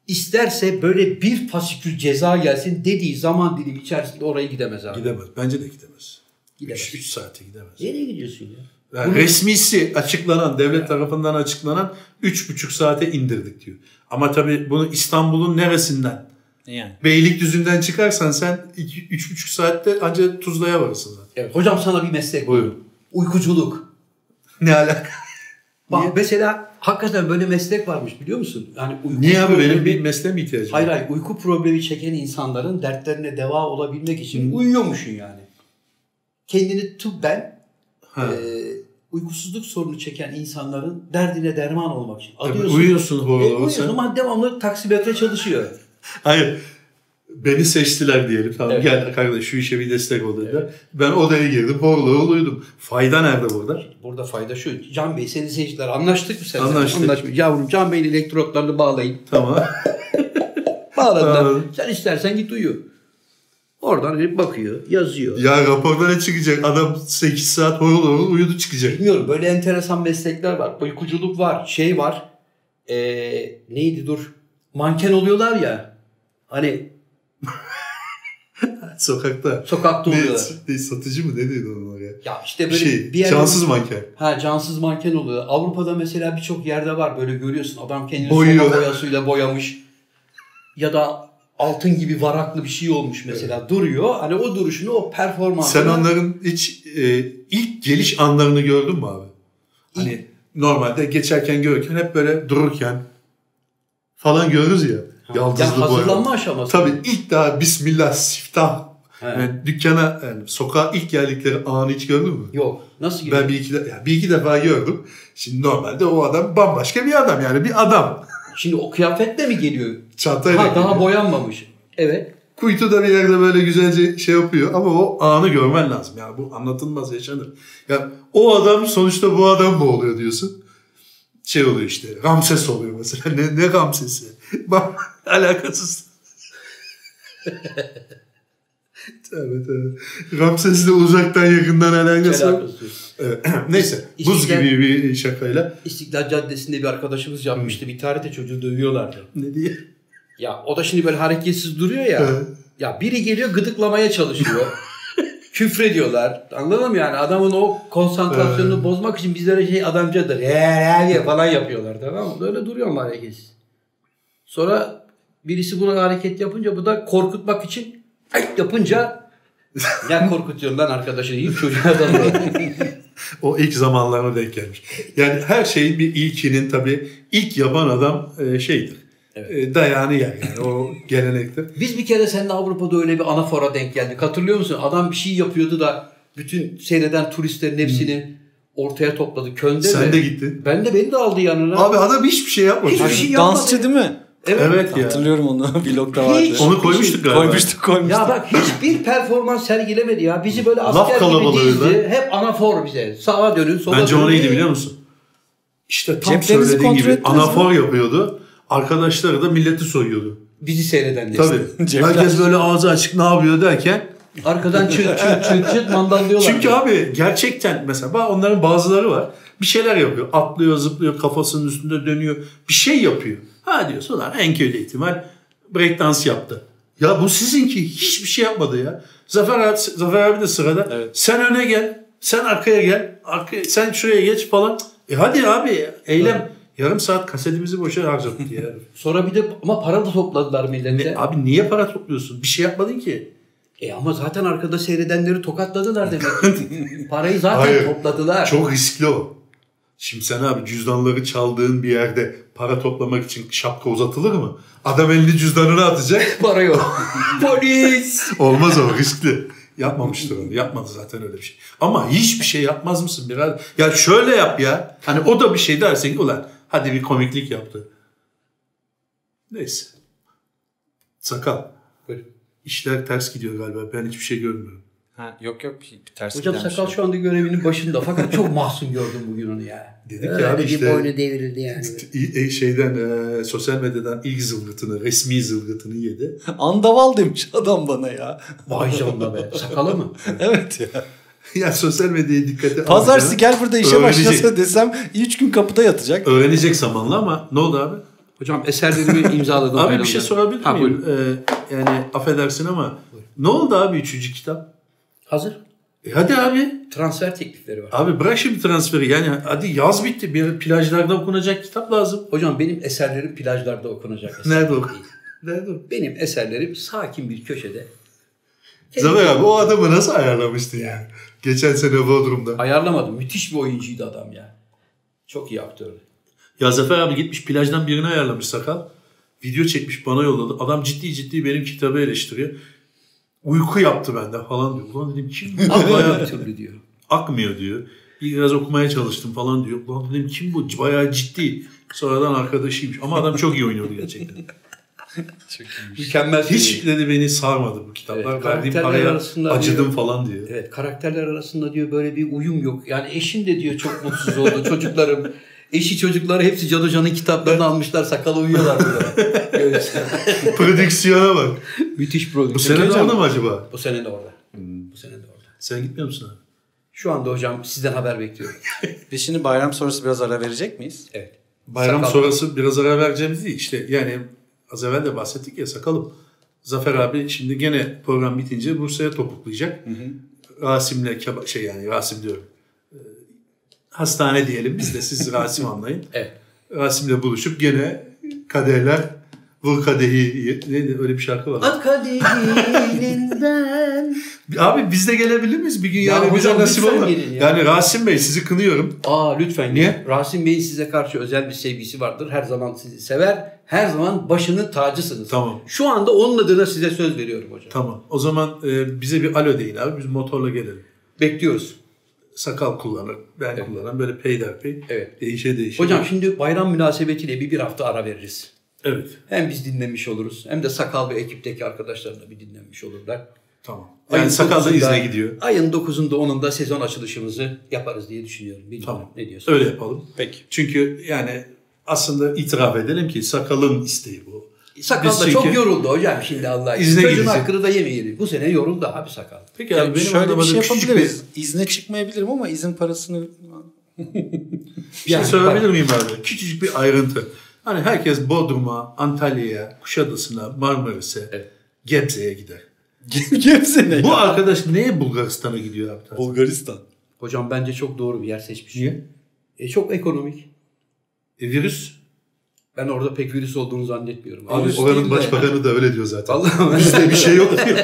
Speaker 1: İsterse böyle bir fasikül ceza gelsin dediği zaman dilimi içerisinde oraya gidemez abi.
Speaker 2: Gidemez. Bence de gidemez.
Speaker 1: Gidemez.
Speaker 2: 3 saate gidemez.
Speaker 1: Nereye gidiyorsun ya?
Speaker 2: Yani resmisi açıklanan, devlet tarafından açıklanan 3,5 saate indirdik diyor. Ama tabii bunu İstanbul'un neresinden?
Speaker 3: Yani.
Speaker 2: Beylikdüzü'nden çıkarsan sen 3,5 saatte ancak Tuzla'ya varırsın zaten.
Speaker 1: Evet, hocam sana bir meslek.
Speaker 2: Buyurun.
Speaker 1: Uykuculuk.
Speaker 2: Ne alaka?
Speaker 1: Bak mesela hakikaten böyle meslek varmış biliyor musun? Yani uyku
Speaker 2: Niye abi benim
Speaker 1: problemi-
Speaker 2: bir mesleğe mi ihtiyacım var?
Speaker 1: Hayır hayır uyku problemi çeken insanların dertlerine deva olabilmek için uyuyormuşsun yani. Kendini tıbben
Speaker 2: Ha.
Speaker 1: e, uykusuzluk sorunu çeken insanların derdine derman olmak için
Speaker 2: Tabii
Speaker 1: adıyorsun.
Speaker 2: uyuyorsun horla
Speaker 1: E, o zaman devamlı taksimetre çalışıyor.
Speaker 2: Hayır. Beni seçtiler diyelim. Tamam
Speaker 1: Evet.
Speaker 2: gel kardeş şu işe bir destek ol dediler. Ben odaya girdim horla horluyordum. Fayda nerede burada?
Speaker 1: Burada fayda şu. Can Bey seni seçtiler. Anlaştık mı sen?
Speaker 2: Anlaştık.
Speaker 1: Anlaşmış. Yavrum Can Bey'in elektrotlarını bağlayın.
Speaker 2: Tamam.
Speaker 1: Bağladılar.
Speaker 2: Bağladım.
Speaker 1: sen istersen git uyu. Oradan herif bakıyor, yazıyor.
Speaker 2: ya raporda ne çıkacak? Adam 8 saat horla horla uyudu çıkacak.
Speaker 1: Bilmiyorum böyle enteresan meslekler var. Uykuculuk var, şey var. Ee, neydi dur? Manken oluyorlar ya. Hani
Speaker 2: Sokakta.
Speaker 1: sokakta
Speaker 2: Ne,
Speaker 1: oluyorlar.
Speaker 2: ne, satıcı mı ne dedi onlar ya?
Speaker 1: Ya işte
Speaker 2: Bir
Speaker 1: E, böyle
Speaker 2: şey,
Speaker 1: bir yer
Speaker 2: cansız manken.
Speaker 1: Ha cansız manken oluyor. Avrupa'da mesela birçok yerde var böyle görüyorsun adam kendini
Speaker 2: Boyuyor.
Speaker 1: soba boyasıyla boyamış. Ya da altın gibi varaklı bir şey olmuş mesela duruyor. Hani o duruşunu o performansını
Speaker 2: Sen onların hiç e, ilk geliş anlarını gördün mü abi? Hani normalde geçerken görürken hep böyle dururken falan görürüz ya.
Speaker 1: ya
Speaker 2: Yaldızlı boya.
Speaker 1: hazırlanma aşaması.
Speaker 2: Tabii ilk daha bismillah siftah.
Speaker 1: He.
Speaker 2: Yani dükkana yani sokağa ilk geldikleri anı hiç gördün mü?
Speaker 1: Yok. Nasıl gibi?
Speaker 2: Ben bir iki, de- ya bir iki defa gördüm. Şimdi normalde o adam bambaşka bir adam yani bir adam.
Speaker 1: Şimdi o kıyafetle mi geliyor?
Speaker 2: Çantayla
Speaker 1: ha daha
Speaker 2: geliyor.
Speaker 1: boyanmamış. Evet.
Speaker 2: Kuytu da bir yerde böyle güzelce şey yapıyor ama o anı görmen lazım. Yani bu anlatılmaz yaşanır. Ya o adam sonuçta bu adam mı oluyor diyorsun. Şey oluyor işte Ramses oluyor mesela. Ne, ne Ramses'i? Bak alakasız. evet evet. Ramses'le uzaktan yakından alakası yok.
Speaker 1: Alakası yok.
Speaker 2: Evet. Neyse buz
Speaker 1: İşte-
Speaker 2: gibi bir şakayla.
Speaker 1: İstiklal Caddesi'nde bir arkadaşımız yapmıştı. Bir tarihte çocuğu dövüyorlardı.
Speaker 2: Ne diye?
Speaker 1: Ya o da şimdi böyle hareketsiz duruyor ya.
Speaker 2: Evet.
Speaker 1: Ya biri geliyor gıdıklamaya çalışıyor. küfrediyorlar. Anladın mı yani? Adamın o konsantrasyonunu bozmak için bizlere şey adamcadır. Eee diye falan yapıyorlar tamam mı? Böyle duruyorlar herkes. Sonra birisi buna hareket yapınca bu da korkutmak için ay yapınca ya korkutuyorsun lan arkadaşını deyip çocuğa da
Speaker 2: O ilk zamanlarına denk gelmiş. Yani her şeyin bir ilkinin tabii ilk yapan adam e, şeydir. E, Dayağını yer yani o gelenektir.
Speaker 1: Biz bir kere seninle Avrupa'da öyle bir anafora denk geldik. Hatırlıyor musun? Adam bir şey yapıyordu da bütün seyreden turistlerin hepsini ortaya topladı. Könde
Speaker 2: Hmm. Sen
Speaker 1: mi?
Speaker 2: de gittin.
Speaker 1: Ben de beni de aldı yanına.
Speaker 2: Abi adam hiçbir şey yapmadı.
Speaker 1: Hiçbir şey yapmadı.
Speaker 3: Dansçı değil mi?
Speaker 2: Evet ya.
Speaker 3: Hatırlıyorum onu. Vlogda vardı.
Speaker 1: Hiç.
Speaker 2: Onu koymuştuk galiba.
Speaker 3: Koymuştuk koymuştuk.
Speaker 1: ya bak hiçbir performans sergilemedi ya. Bizi böyle
Speaker 2: Laf
Speaker 1: asker gibi
Speaker 2: kalabalığı
Speaker 1: dizdi. Hep anafor bize. Sağa dönün, sola
Speaker 2: Bence
Speaker 1: dönün.
Speaker 2: o neydi biliyor musun? İşte tam
Speaker 3: Ceplerinizi
Speaker 2: söylediğin
Speaker 3: kontrol
Speaker 2: gibi
Speaker 3: ettiniz mi?
Speaker 2: anafor yapıyordu. Arkadaşları da milleti soyuyordu.
Speaker 1: Bizi seyredenler.
Speaker 2: Tabii.
Speaker 3: Cepler-
Speaker 2: Herkes böyle ağzı açık ne yapıyor derken
Speaker 1: Arkadan çıt çıt çıt çıt mandallıyorlar.
Speaker 2: Çünkü abi gerçekten mesela bak onların bazıları var. Bir şeyler yapıyor. Atlıyor, zıplıyor, kafasının üstünde dönüyor. Bir şey yapıyor. Ha diyorsun lan en kötü ihtimal breakdance yaptı. Ya bu sizinki hiçbir şey yapmadı ya. Zafer abi, Zafer abi de sırada. Sen öne gel. Sen arkaya gel. Arkaya, sen şuraya geç falan. E hadi abi eylem. Yarım saat kasetimizi boşa harcadık ya.
Speaker 1: Sonra bir de ama para da topladılar millete.
Speaker 2: E abi niye para topluyorsun? Bir şey yapmadın ki.
Speaker 1: E ama zaten arkada seyredenleri tokatladılar demek. ki. Parayı zaten
Speaker 2: Hayır.
Speaker 1: topladılar.
Speaker 2: Çok riskli o. Şimdi sen abi cüzdanları çaldığın bir yerde para toplamak için şapka uzatılır mı? Adam elini cüzdanına atacak.
Speaker 1: para yok. Polis.
Speaker 2: Olmaz o riskli. Yapmamıştır onu. Yapmadı zaten öyle bir şey. Ama hiçbir şey yapmaz mısın birader? Ya şöyle yap ya. Hani o da bir şey dersin ki ulan hadi bir komiklik yaptı. Neyse. Sakal.
Speaker 1: Buyurun.
Speaker 2: İşler ters gidiyor galiba. Ben hiçbir şey görmüyorum.
Speaker 3: Ha, yok yok bir bir ters
Speaker 1: Hocam
Speaker 3: giden bir
Speaker 1: sakal
Speaker 3: şey.
Speaker 1: şu anda görevinin başında fakat çok mahzun gördüm bugün onu ya.
Speaker 2: Dedik ya abi işte.
Speaker 1: devrildi yani.
Speaker 2: e, şeyden e, sosyal medyadan ilk zılgıtını, resmi zılgıtını yedi.
Speaker 3: Andaval demiş adam bana ya.
Speaker 1: Vay canına be. Sakala mı?
Speaker 3: evet ya.
Speaker 2: ya sosyal medyaya dikkate
Speaker 3: Pazartesi
Speaker 2: alacağım.
Speaker 3: gel burada işe
Speaker 2: Öğrenecek.
Speaker 3: başlasa desem 3 gün kapıda yatacak.
Speaker 2: Öğrenecek zamanla ama ne oldu abi?
Speaker 1: Hocam eserlerimi imzaladım.
Speaker 2: Abi
Speaker 1: aynı
Speaker 2: bir şey
Speaker 1: anda.
Speaker 2: sorabilir
Speaker 1: Ha,
Speaker 2: miyim?
Speaker 1: buyurun.
Speaker 2: Ee, yani affedersin ama ne oldu abi üçüncü kitap?
Speaker 1: Hazır.
Speaker 2: E hadi abi.
Speaker 1: Transfer teklifleri var.
Speaker 2: Abi bırak şimdi transferi. Yani hadi yaz bitti. Bir plajlarda okunacak kitap lazım.
Speaker 1: Hocam benim eserlerim plajlarda okunacak. eser
Speaker 2: Nerede o?
Speaker 1: değil.
Speaker 2: Nerede o?
Speaker 1: Benim eserlerim sakin bir köşede.
Speaker 2: Zafer abi o adamı nasıl ayarlamıştı yani? Geçen sene Bodrum'da.
Speaker 1: Ayarlamadım. Müthiş bir oyuncuydu adam ya. Çok iyi yaptı öyle.
Speaker 2: Ya Zafer abi gitmiş plajdan birini ayarlamış sakal. Video çekmiş bana yolladı. Adam ciddi ciddi benim kitabı eleştiriyor. Uyku yaptı bende falan diyor. Ulan dedim kim? bu?
Speaker 1: Ama
Speaker 2: Bayağı
Speaker 1: bir türlü diyor.
Speaker 2: akmıyor diyor. Biraz okumaya çalıştım falan diyor. Ulan dedim kim bu? Bayağı ciddi. Sonradan arkadaşıymış. Ama adam çok iyi oynuyordu gerçekten.
Speaker 1: Mükemmel.
Speaker 2: Hiç dedi beni sarmadı bu
Speaker 1: Evet,
Speaker 2: kitaplar. Verdiğim
Speaker 1: karakterler
Speaker 2: paraya
Speaker 1: arasında
Speaker 2: acıdım
Speaker 1: diyor.
Speaker 2: falan diyor.
Speaker 1: Evet karakterler arasında diyor böyle bir uyum yok. Yani eşim de diyor çok mutsuz oldu çocuklarım. Eşi çocukları hepsi Can Hoca'nın kitaplarını almışlar sakala uyuyorlar burada. Evet.
Speaker 2: Prodüksiyona bak.
Speaker 1: Müthiş
Speaker 2: Bu
Speaker 1: prodüksiyon.
Speaker 2: sene de
Speaker 1: Hocam,
Speaker 2: orada mı acaba?
Speaker 1: Bu sene de orada.
Speaker 2: Hmm.
Speaker 1: Bu sene de orada.
Speaker 2: Sen gitmiyor musun abi?
Speaker 1: Şu anda hocam sizden haber bekliyorum.
Speaker 3: Biz şimdi bayram sonrası biraz ara verecek miyiz?
Speaker 1: Evet.
Speaker 2: Bayram
Speaker 1: Sakal.
Speaker 2: sonrası biraz ara vereceğimiz değil. İşte yani az evvel de bahsettik ya sakalım. Zafer abi şimdi gene program bitince Bursa'ya topuklayacak. Rasim'le keba- şey yani Rasim diyorum. Ee, Hastane diyelim biz de siz Rasim anlayın.
Speaker 1: Evet.
Speaker 2: Rasim'le buluşup gene kadehler vur kadehi neydi öyle bir şarkı var.
Speaker 1: Akademinden.
Speaker 2: Abi biz de gelebilir miyiz bir gün
Speaker 1: Ya
Speaker 2: yani bize
Speaker 1: hocam
Speaker 2: nasip
Speaker 1: lütfen
Speaker 2: olur.
Speaker 1: gelin ya.
Speaker 2: Yani Rasim Bey sizi kınıyorum.
Speaker 1: Aa lütfen.
Speaker 2: Niye?
Speaker 1: Rasim Bey'in size karşı özel bir sevgisi vardır. Her zaman sizi sever. Her zaman başının tacısınız.
Speaker 2: Tamam.
Speaker 1: Şu anda onun adına size söz veriyorum hocam.
Speaker 2: Tamam o zaman e, bize bir alo deyin abi biz motorla gelelim.
Speaker 1: Bekliyoruz.
Speaker 2: sakal kullanan, ben kullanan böyle peyderpey
Speaker 1: Evet.
Speaker 2: değişe değişe.
Speaker 1: Hocam şimdi bayram münasebetiyle bir bir hafta ara veririz.
Speaker 2: Evet.
Speaker 1: Hem biz dinlemiş oluruz hem de sakal ve ekipteki arkadaşlarını da bir dinlenmiş olurlar.
Speaker 2: Tamam. Yani sakal da
Speaker 1: dokuzunda-
Speaker 2: izne gidiyor.
Speaker 1: Ayın 9'unda 10'unda sezon açılışımızı yaparız diye düşünüyorum. Bilmiyorum.
Speaker 2: Tamam.
Speaker 1: Ne diyorsun?
Speaker 2: Öyle yapalım.
Speaker 3: Peki.
Speaker 2: Çünkü yani aslında itiraf edelim ki sakalın isteği bu.
Speaker 1: Sakal
Speaker 2: Biz
Speaker 1: da
Speaker 2: çünkü-
Speaker 1: çok yoruldu hocam şimdi Allah için.
Speaker 2: İzne
Speaker 1: Çocuğun
Speaker 2: gidecek.
Speaker 1: hakkını da yemeyelim. Bu sene yoruldu abi sakal.
Speaker 2: Peki
Speaker 3: Yani şöyle bir şey
Speaker 2: küçük
Speaker 3: yapabiliriz. İzne çıkmayabilirim ama izin parasını...
Speaker 2: bir şey söyleyebilir miyim abi? Küçücük bir ayrıntı. Hani herkes Bodrum'a, Antalya'ya, Kuşadası'na, Marmaris'e,
Speaker 1: Evet.
Speaker 2: Gebze'ye gider.
Speaker 3: Gebze ne?
Speaker 2: Bu arkadaş neye Bulgaristan'a gidiyor abi?
Speaker 3: Bulgaristan.
Speaker 1: Hocam bence çok doğru bir yer seçmiş. Niye? E, çok ekonomik.
Speaker 2: E, virüs.
Speaker 1: Ben orada pek virüs olduğunu zannetmiyorum.
Speaker 2: Abi
Speaker 1: Virüs değil
Speaker 2: oranın
Speaker 1: de-
Speaker 2: başbakanı da öyle diyor zaten.
Speaker 1: Vallahi
Speaker 2: Bizde bir şey yok diyor.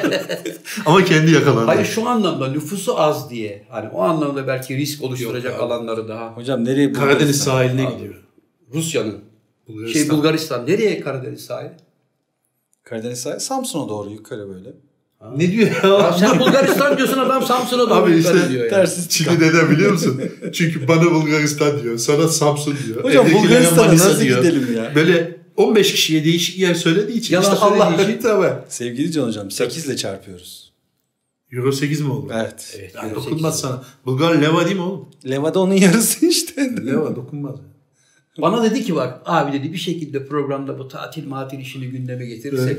Speaker 2: Ama kendi yakalandı.
Speaker 1: Hayır şu anlamda nüfusu az diye. Hani o anlamda belki risk oluşturacak alanları daha.
Speaker 3: Hocam nereye Bulgaristan?
Speaker 5: Karadeniz sahiline gidiyor.
Speaker 1: şey Rusya'nın.
Speaker 2: Bulgaristan.
Speaker 1: Şey Bulgaristan. Nereye Karadeniz sahili?
Speaker 3: Karadeniz sahil. Samsun'a doğru yukarı böyle.
Speaker 2: Ne diyor ya?
Speaker 1: Ya sen Bulgaristan diyorsun adam Samsun'a doğru
Speaker 2: Abi
Speaker 1: yukarı
Speaker 2: işte
Speaker 1: diyor ya.
Speaker 3: Tersiz çıkan.
Speaker 2: Çinli dede biliyor musun? Çünkü bana Bulgaristan diyor. Sana Samsun diyor.
Speaker 3: Hocam
Speaker 2: evdekilere
Speaker 3: Bulgaristan'a
Speaker 2: Manisa
Speaker 3: nasıl
Speaker 2: diyor.
Speaker 3: gidelim ya?
Speaker 2: Böyle 15 kişiye değişik yer söylediği şey- için
Speaker 1: Yalan
Speaker 2: işte
Speaker 1: söylediği
Speaker 2: Allah
Speaker 1: için.
Speaker 2: için tamam.
Speaker 3: Sevgili Can Hocam 8 ile çarpıyoruz.
Speaker 2: Euro 8 mi oldu?
Speaker 3: Evet.
Speaker 2: Yani dokunmaz sana. Bulgar leva değil mi oğlum?
Speaker 3: Levada onun yarısı işte.
Speaker 2: Leva dokunmaz.
Speaker 1: Bana dedi ki bak abi dedi bir şekilde programda bu tatil matil işini gündeme getirirsek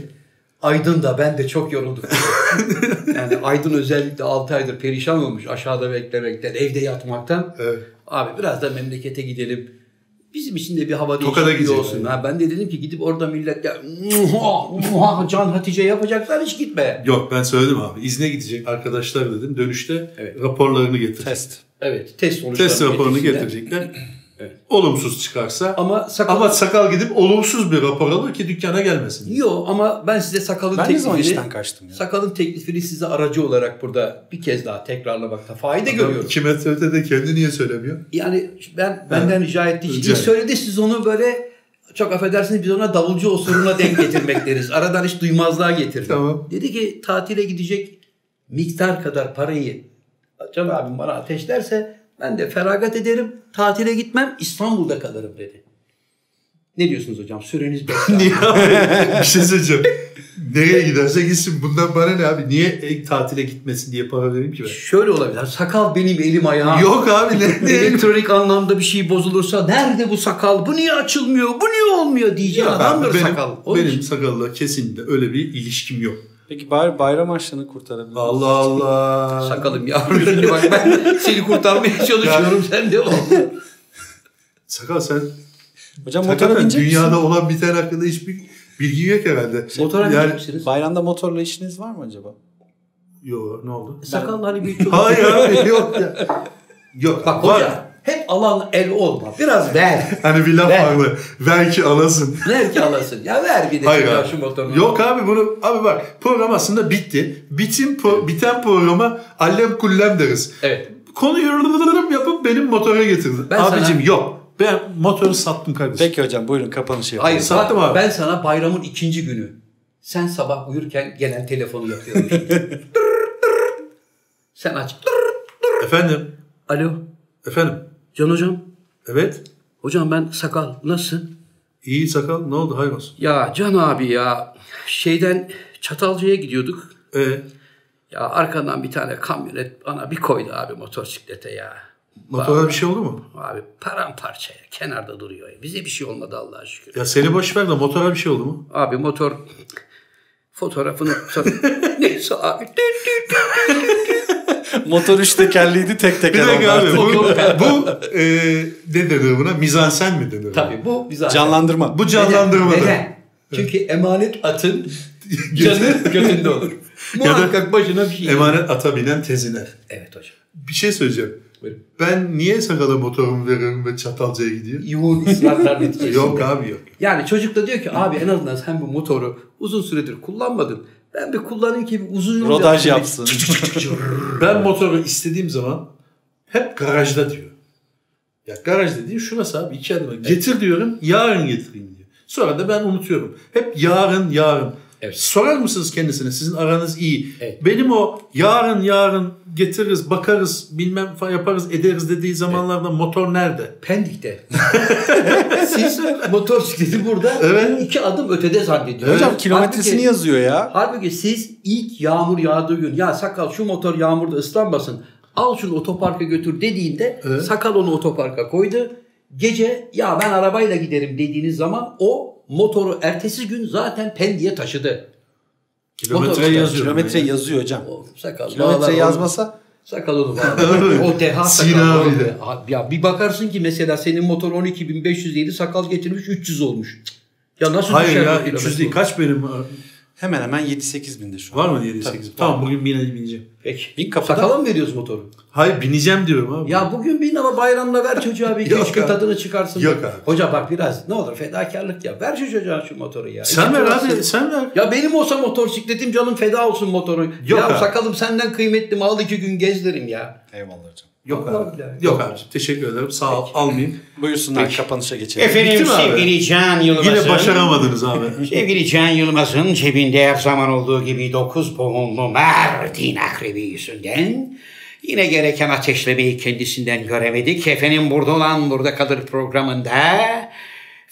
Speaker 1: Aydın da ben de çok yorulduk. dedi. yani Aydın özellikle 6 aydır perişan olmuş aşağıda beklemekten, evde yatmaktan.
Speaker 2: Evet.
Speaker 1: Abi biraz da memlekete gidelim. Bizim için de bir hava
Speaker 2: Tokat'a
Speaker 1: değişikliği
Speaker 2: gideceğiz
Speaker 1: olsun.
Speaker 2: yani.
Speaker 1: Ha, ben de dedim ki gidip orada millet ya muha, muha, Can Hatice yapacaklar hiç gitme.
Speaker 2: Yok ben söyledim abi. İzne gidecek arkadaşlar dedim. Dönüşte
Speaker 1: Evet.
Speaker 2: raporlarını getirecek.
Speaker 3: Test.
Speaker 1: Evet test sonuçları.
Speaker 2: Test raporunu
Speaker 1: getirsinler.
Speaker 2: getirecekler. Olumsuz çıkarsa
Speaker 1: Ama sakal...
Speaker 2: ama sakal gidip olumsuz bir rapor alır ki dükkana gelmesin.
Speaker 1: Yok ama ben size sakalın
Speaker 3: Ben ne zaman
Speaker 1: teklifini...
Speaker 3: işten kaçtım ya?
Speaker 1: Sakalın teklifini size aracı olarak burada bir kez daha tekrarlamakta fayda görüyorum.
Speaker 2: 2 metre ötede kendi niye söylemiyor?
Speaker 1: Yani ben benden rica ettiği için
Speaker 2: Rica
Speaker 1: ilk söyledi siz onu böyle çok affedersiniz biz ona davulcu osuruna denk getirmek deriz. Aradan hiç duymazlığa getirdik.
Speaker 2: Tamam.
Speaker 1: Dedi ki tatile gidecek miktar kadar parayı Can abim bana ateşlerse ben de feragat ederim. Tatile gitmem İstanbul'da kalırım dedi. Ne diyorsunuz hocam? Süreniz bekliyor.
Speaker 2: Niye abi? bir şey söyleyeceğim. Nereye giderse gitsin. Bundan bana ne abi? Niye ek tatile gitmesin diye para vereyim ki ben?
Speaker 1: Şöyle olabilir. Sakal benim elim ayağım.
Speaker 2: Yok abi ne? ne?
Speaker 1: Elektronik anlamda bir şey bozulursa nerede bu sakal? Bu niye açılmıyor? Bu niye olmuyor diyeceğin adamdır
Speaker 2: benim,
Speaker 1: sakal. Onun için-
Speaker 2: Benim sakalla kesinlikle öyle bir ilişkim yok.
Speaker 3: Peki bari bayram harçlığını kurtarabilir miyiz?
Speaker 2: Allah Allah.
Speaker 1: Sakalım yavrum şimdi bak ben seni kurtarmaya çalışıyorum sen de ol.
Speaker 2: Sakal sen
Speaker 3: Hocam motora
Speaker 2: hakikaten
Speaker 3: binecek
Speaker 2: dünyada
Speaker 3: misin?
Speaker 2: olan biten hakkında hiçbir bilgin yok herhalde.
Speaker 1: Motora
Speaker 2: Yani-
Speaker 1: binecek misiniz?
Speaker 3: Bayramda motorla işiniz var mı acaba?
Speaker 2: Yo ne oldu?
Speaker 1: Sakallı hani bir çocuk.
Speaker 2: Hayır abi yok ya. Yok.
Speaker 1: Bak
Speaker 2: var.
Speaker 1: hoca hep alan el olma. Biraz ver.
Speaker 2: Hani bir laf
Speaker 1: Ben-
Speaker 2: vardı. Ver ki alasın.
Speaker 1: ver ki alasın. Ya ver bir de
Speaker 2: Hayır
Speaker 1: şu
Speaker 2: abi.
Speaker 1: şu motorunu.
Speaker 2: Yok abi bunu abi bak program aslında bitti. Bitim pro- biten programa allem kullem deriz.
Speaker 1: Evet.
Speaker 2: Konuyu yırtırırım yapıp benim motora getirdin.
Speaker 1: Ben
Speaker 2: Abicim
Speaker 1: sana-
Speaker 2: yok. Ben motoru sattım kardeşim.
Speaker 3: Peki hocam buyurun kapanışı yapalım.
Speaker 1: Hayır
Speaker 2: Sattım
Speaker 1: bak,
Speaker 2: abi.
Speaker 1: ben sana bayramın ikinci günü. Sen sabah uyurken gelen telefonu yapıyorum. şimdi. Dırr, dırr. Sen aç. Dırr.
Speaker 2: Efendim.
Speaker 1: Alo.
Speaker 2: Efendim.
Speaker 1: Can hocam.
Speaker 2: Evet.
Speaker 1: Hocam ben sakal. Nasılsın?
Speaker 2: İyi sakal ne oldu hayır olsun.
Speaker 1: Ya Can abi ya şeyden Çatalca'ya gidiyorduk.
Speaker 2: Ee,
Speaker 1: Ya arkandan bir tane kamyonet bana bir koydu abi motosiklete ya.
Speaker 2: motora bir şey oldu mu?
Speaker 1: Abi paramparça ya. Kenarda duruyor. ya. Bize bir şey olmadı Allah'a şükür.
Speaker 2: Ya seni boş ver de motora bir şey oldu mu?
Speaker 1: Abi motor fotoğrafını neyse abi. Tü tü tü.
Speaker 3: Motor üç tekerliydi tek
Speaker 2: Bir
Speaker 3: teker
Speaker 2: dakika
Speaker 3: oldu
Speaker 2: abi
Speaker 3: artık.
Speaker 2: bu, bu e, ne denir buna? Mizansen mi denir?
Speaker 1: Tabii bu bize
Speaker 3: Canlandırma.
Speaker 2: Bu canlandırmadı.
Speaker 1: Neden? Çünkü emanet atın canı götünde olur. Muhakkak başına bir şey.
Speaker 2: Emanet ata binen tezine.
Speaker 1: Evet hocam.
Speaker 2: Bir şey söyleyeceğim.
Speaker 1: Buyurun.
Speaker 2: Ben niye sakala motorumu veriyorum ve Çatalca'ya gidiyor?
Speaker 1: Yoğun ısrarlar neticesinde.
Speaker 2: Yok abi yok.
Speaker 1: Yani çocuk da diyor ki abi en azından sen bu motoru uzun süredir kullanmadın. Ben bir kullanayım ki bir uzun yol
Speaker 3: Rodaj
Speaker 1: yapayım."
Speaker 3: yapsın.
Speaker 2: Ben motoru istediğim zaman hep garajda diyor. Ya garaj dediğim şurası abi iki adım. Getir diyorum yarın getireyim diyor. Sonra da ben unutuyorum. Hep yarın yarın.
Speaker 1: Evet.
Speaker 2: Sorar mısınız kendisine sizin aranız iyi.
Speaker 1: Evet.
Speaker 2: Benim o yarın yarın getiririz bakarız bilmem fa- yaparız ederiz dediği zamanlarda motor nerede?
Speaker 1: Pendik'te. Siz motosikleti burada
Speaker 2: Evet.
Speaker 1: iki adım ötede zannediyorsunuz.
Speaker 3: Hocam kilometresini
Speaker 1: Halbuki-
Speaker 3: yazıyor ya.
Speaker 1: Halbuki siz ilk yağmur yağdığı gün ya sakal şu motor yağmurda ıslanmasın al şunu otoparka götür dediğinde
Speaker 2: Evet.
Speaker 1: sakal onu otoparka koydu. Gece ya ben arabayla giderim dediğiniz zaman o motoru ertesi gün zaten Pendik'e taşıdı. Motor
Speaker 2: Kilometre
Speaker 1: işte,
Speaker 2: yazıyor.
Speaker 3: Kilometre yazıyor hocam.
Speaker 1: O sakal bağlar
Speaker 3: Kilometre
Speaker 1: onu.
Speaker 3: yazmasa
Speaker 1: Sakalını bağlar. o deha
Speaker 2: Sina
Speaker 1: sakal.
Speaker 2: abi de.
Speaker 1: Ya bir bakarsın ki mesela senin motor 12507 sakal getirmiş 300 olmuş. Cık. Ya nasıl
Speaker 2: Hayır
Speaker 1: düşer
Speaker 2: ya
Speaker 1: bu kilometre?
Speaker 2: 300 değil kaç benim
Speaker 3: Hemen hemen 7-8 binde şu an.
Speaker 2: Var mı 7-8? Tamam bugün bine bineceğim.
Speaker 1: Peki.
Speaker 3: Bin kapıda
Speaker 1: Sakala mı veriyoruz motoru?
Speaker 2: Hayır bineceğim diyorum abi.
Speaker 1: Ya bugün bin ama bayramla ver çocuğa bir iki
Speaker 2: Yok
Speaker 1: üç gün
Speaker 2: abi.
Speaker 1: tadını çıkarsın.
Speaker 2: Yok abi.
Speaker 1: Hoca bak biraz ne olur fedakarlık yap. Ver şu çocuğa şu motoru ya.
Speaker 2: sen
Speaker 1: İki
Speaker 2: ver
Speaker 1: turasın.
Speaker 2: abi sen ver.
Speaker 1: Ya benim olsa motosikletim canım feda olsun motoru.
Speaker 2: Yok
Speaker 1: ya
Speaker 2: abi.
Speaker 1: sakalım senden kıymetli mi al iki gün gezdirim ya.
Speaker 3: Eyvallah hocam.
Speaker 2: Yok
Speaker 1: Vallahi
Speaker 2: abi.
Speaker 1: billahi.
Speaker 2: Yok abi. Teşekkür ederim. Sağ ol. Almayayım.
Speaker 3: Buyursunlar kapanışa geçelim.
Speaker 6: Efendim
Speaker 2: Bitti mi abi?
Speaker 6: sevgili Can Yılmaz'ın...
Speaker 2: Yine başaramadınız abi.
Speaker 6: Sevgili Can Yılmaz'ın cebinde her zaman olduğu gibi 9 boğumlu Mardin akrebi yüzünden yine gereken ateşlemeyi kendisinden göremedik. Efendim burada olan burada kalır programında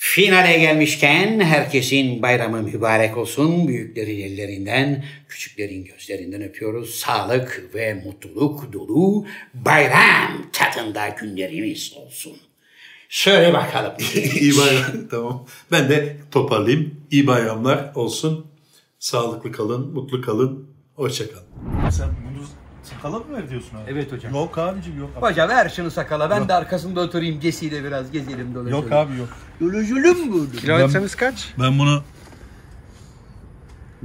Speaker 6: finale gelmişken herkesin bayramı mübarek olsun. Büyüklerin ellerinden, küçüklerin gözlerinden öpüyoruz. Sağlık ve mutluluk dolu bayram tadında günlerimiz olsun. Söyle bakalım.
Speaker 2: İyi bayram. tamam. Ben de toparlayayım. İyi bayramlar olsun. Sağlıklı kalın, mutlu kalın. Hoşça kalın.
Speaker 4: Sen bunu sakala mı ver diyorsun abi?
Speaker 1: Evet hocam.
Speaker 4: Yok abicim yok.
Speaker 1: Hoca ver şunu sakala ben de arkasında oturayım gesiyle biraz gezelim dolaşalım.
Speaker 4: Yok abi yok.
Speaker 1: Dolaşalım mı?
Speaker 7: Kilometremiz kaç?
Speaker 4: Ben bunu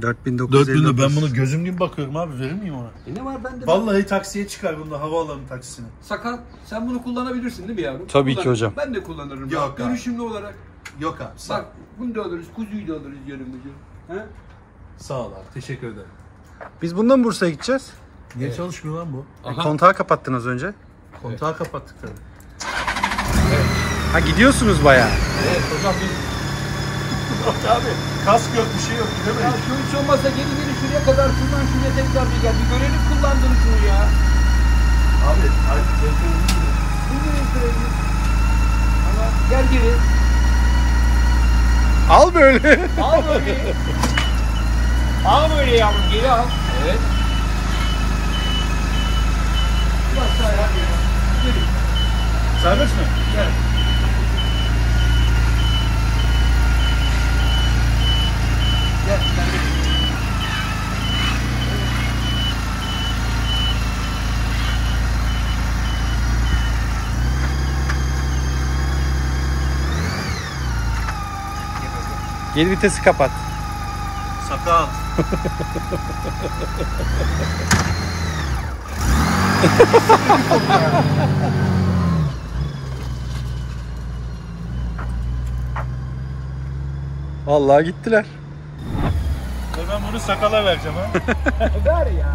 Speaker 7: 4950.
Speaker 4: 4000 lira ben bunu gözüm gibi bakıyorum abi verir miyim ona?
Speaker 1: E ne var bende?
Speaker 4: Vallahi taksiye çıkar bunda havaalanı taksisine.
Speaker 1: Sakal sen bunu kullanabilirsin değil mi yavrum?
Speaker 3: Tabii ki
Speaker 1: Kullan.
Speaker 3: hocam.
Speaker 1: Ben de kullanırım.
Speaker 4: Yok
Speaker 1: Bak,
Speaker 4: abi.
Speaker 1: Görüşümlü olarak.
Speaker 4: Yok abi sağ,
Speaker 1: Bak bunu da alırız kuzuyu da alırız yanımızı. Ha?
Speaker 4: sağ ol abi teşekkür ederim.
Speaker 7: Biz bundan Bursa'ya gideceğiz.
Speaker 4: Niye çalışmıyor lan bu?
Speaker 7: E, kontağı kapattın az önce.
Speaker 4: Kontağı kapattık tabii.
Speaker 7: Ha gidiyorsunuz bayağı.
Speaker 4: Abi kask yok bir şey yok
Speaker 1: Ya
Speaker 4: gidemeyiz.
Speaker 1: şu hiç olmazsa geri geri şuraya kadar şuradan şuraya tekrar bir gel. Bir görelim kullandığını şunu ya.
Speaker 4: Abi artık telefonu
Speaker 1: Bunu da gösterelim. Ama gel geri.
Speaker 7: Al böyle.
Speaker 1: Al böyle. al böyle yavrum geri al. Evet. Biraz sağ ayağa geri al. Geri.
Speaker 4: Serbest mi?
Speaker 1: Gel. Gel. sen de.
Speaker 7: Geri vitesi kapat.
Speaker 4: Sakal.
Speaker 7: Vallahi gittiler.
Speaker 4: Ve ben bunu sakala vereceğim ha.
Speaker 1: Ver ya.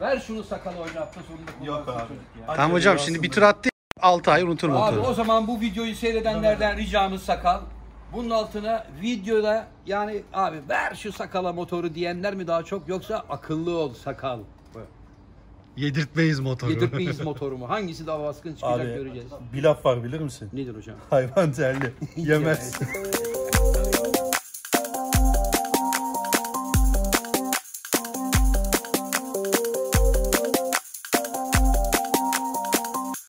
Speaker 1: Ver ver. Ver şunu sakalı hoca hafta sonunda
Speaker 4: Yok
Speaker 1: kullansın
Speaker 4: abi.
Speaker 1: çocuk ya.
Speaker 4: Hadi
Speaker 7: Tamam hocam şimdi bir tur attı. 6 ay unutur
Speaker 1: Abi
Speaker 7: motoru.
Speaker 1: o zaman bu videoyu seyredenlerden ricamız sakal. Bunun altına videoda yani abi ver şu sakala motoru diyenler mi daha çok yoksa akıllı ol sakal.
Speaker 7: Yedirtmeyiz motoru.
Speaker 1: Yedirtmeyiz motorumu. Hangisi daha baskın çıkacak
Speaker 4: Abi
Speaker 1: göreceğiz.
Speaker 4: bir laf var bilir misin?
Speaker 1: Nedir hocam?
Speaker 4: Hayvan terli. Yemez.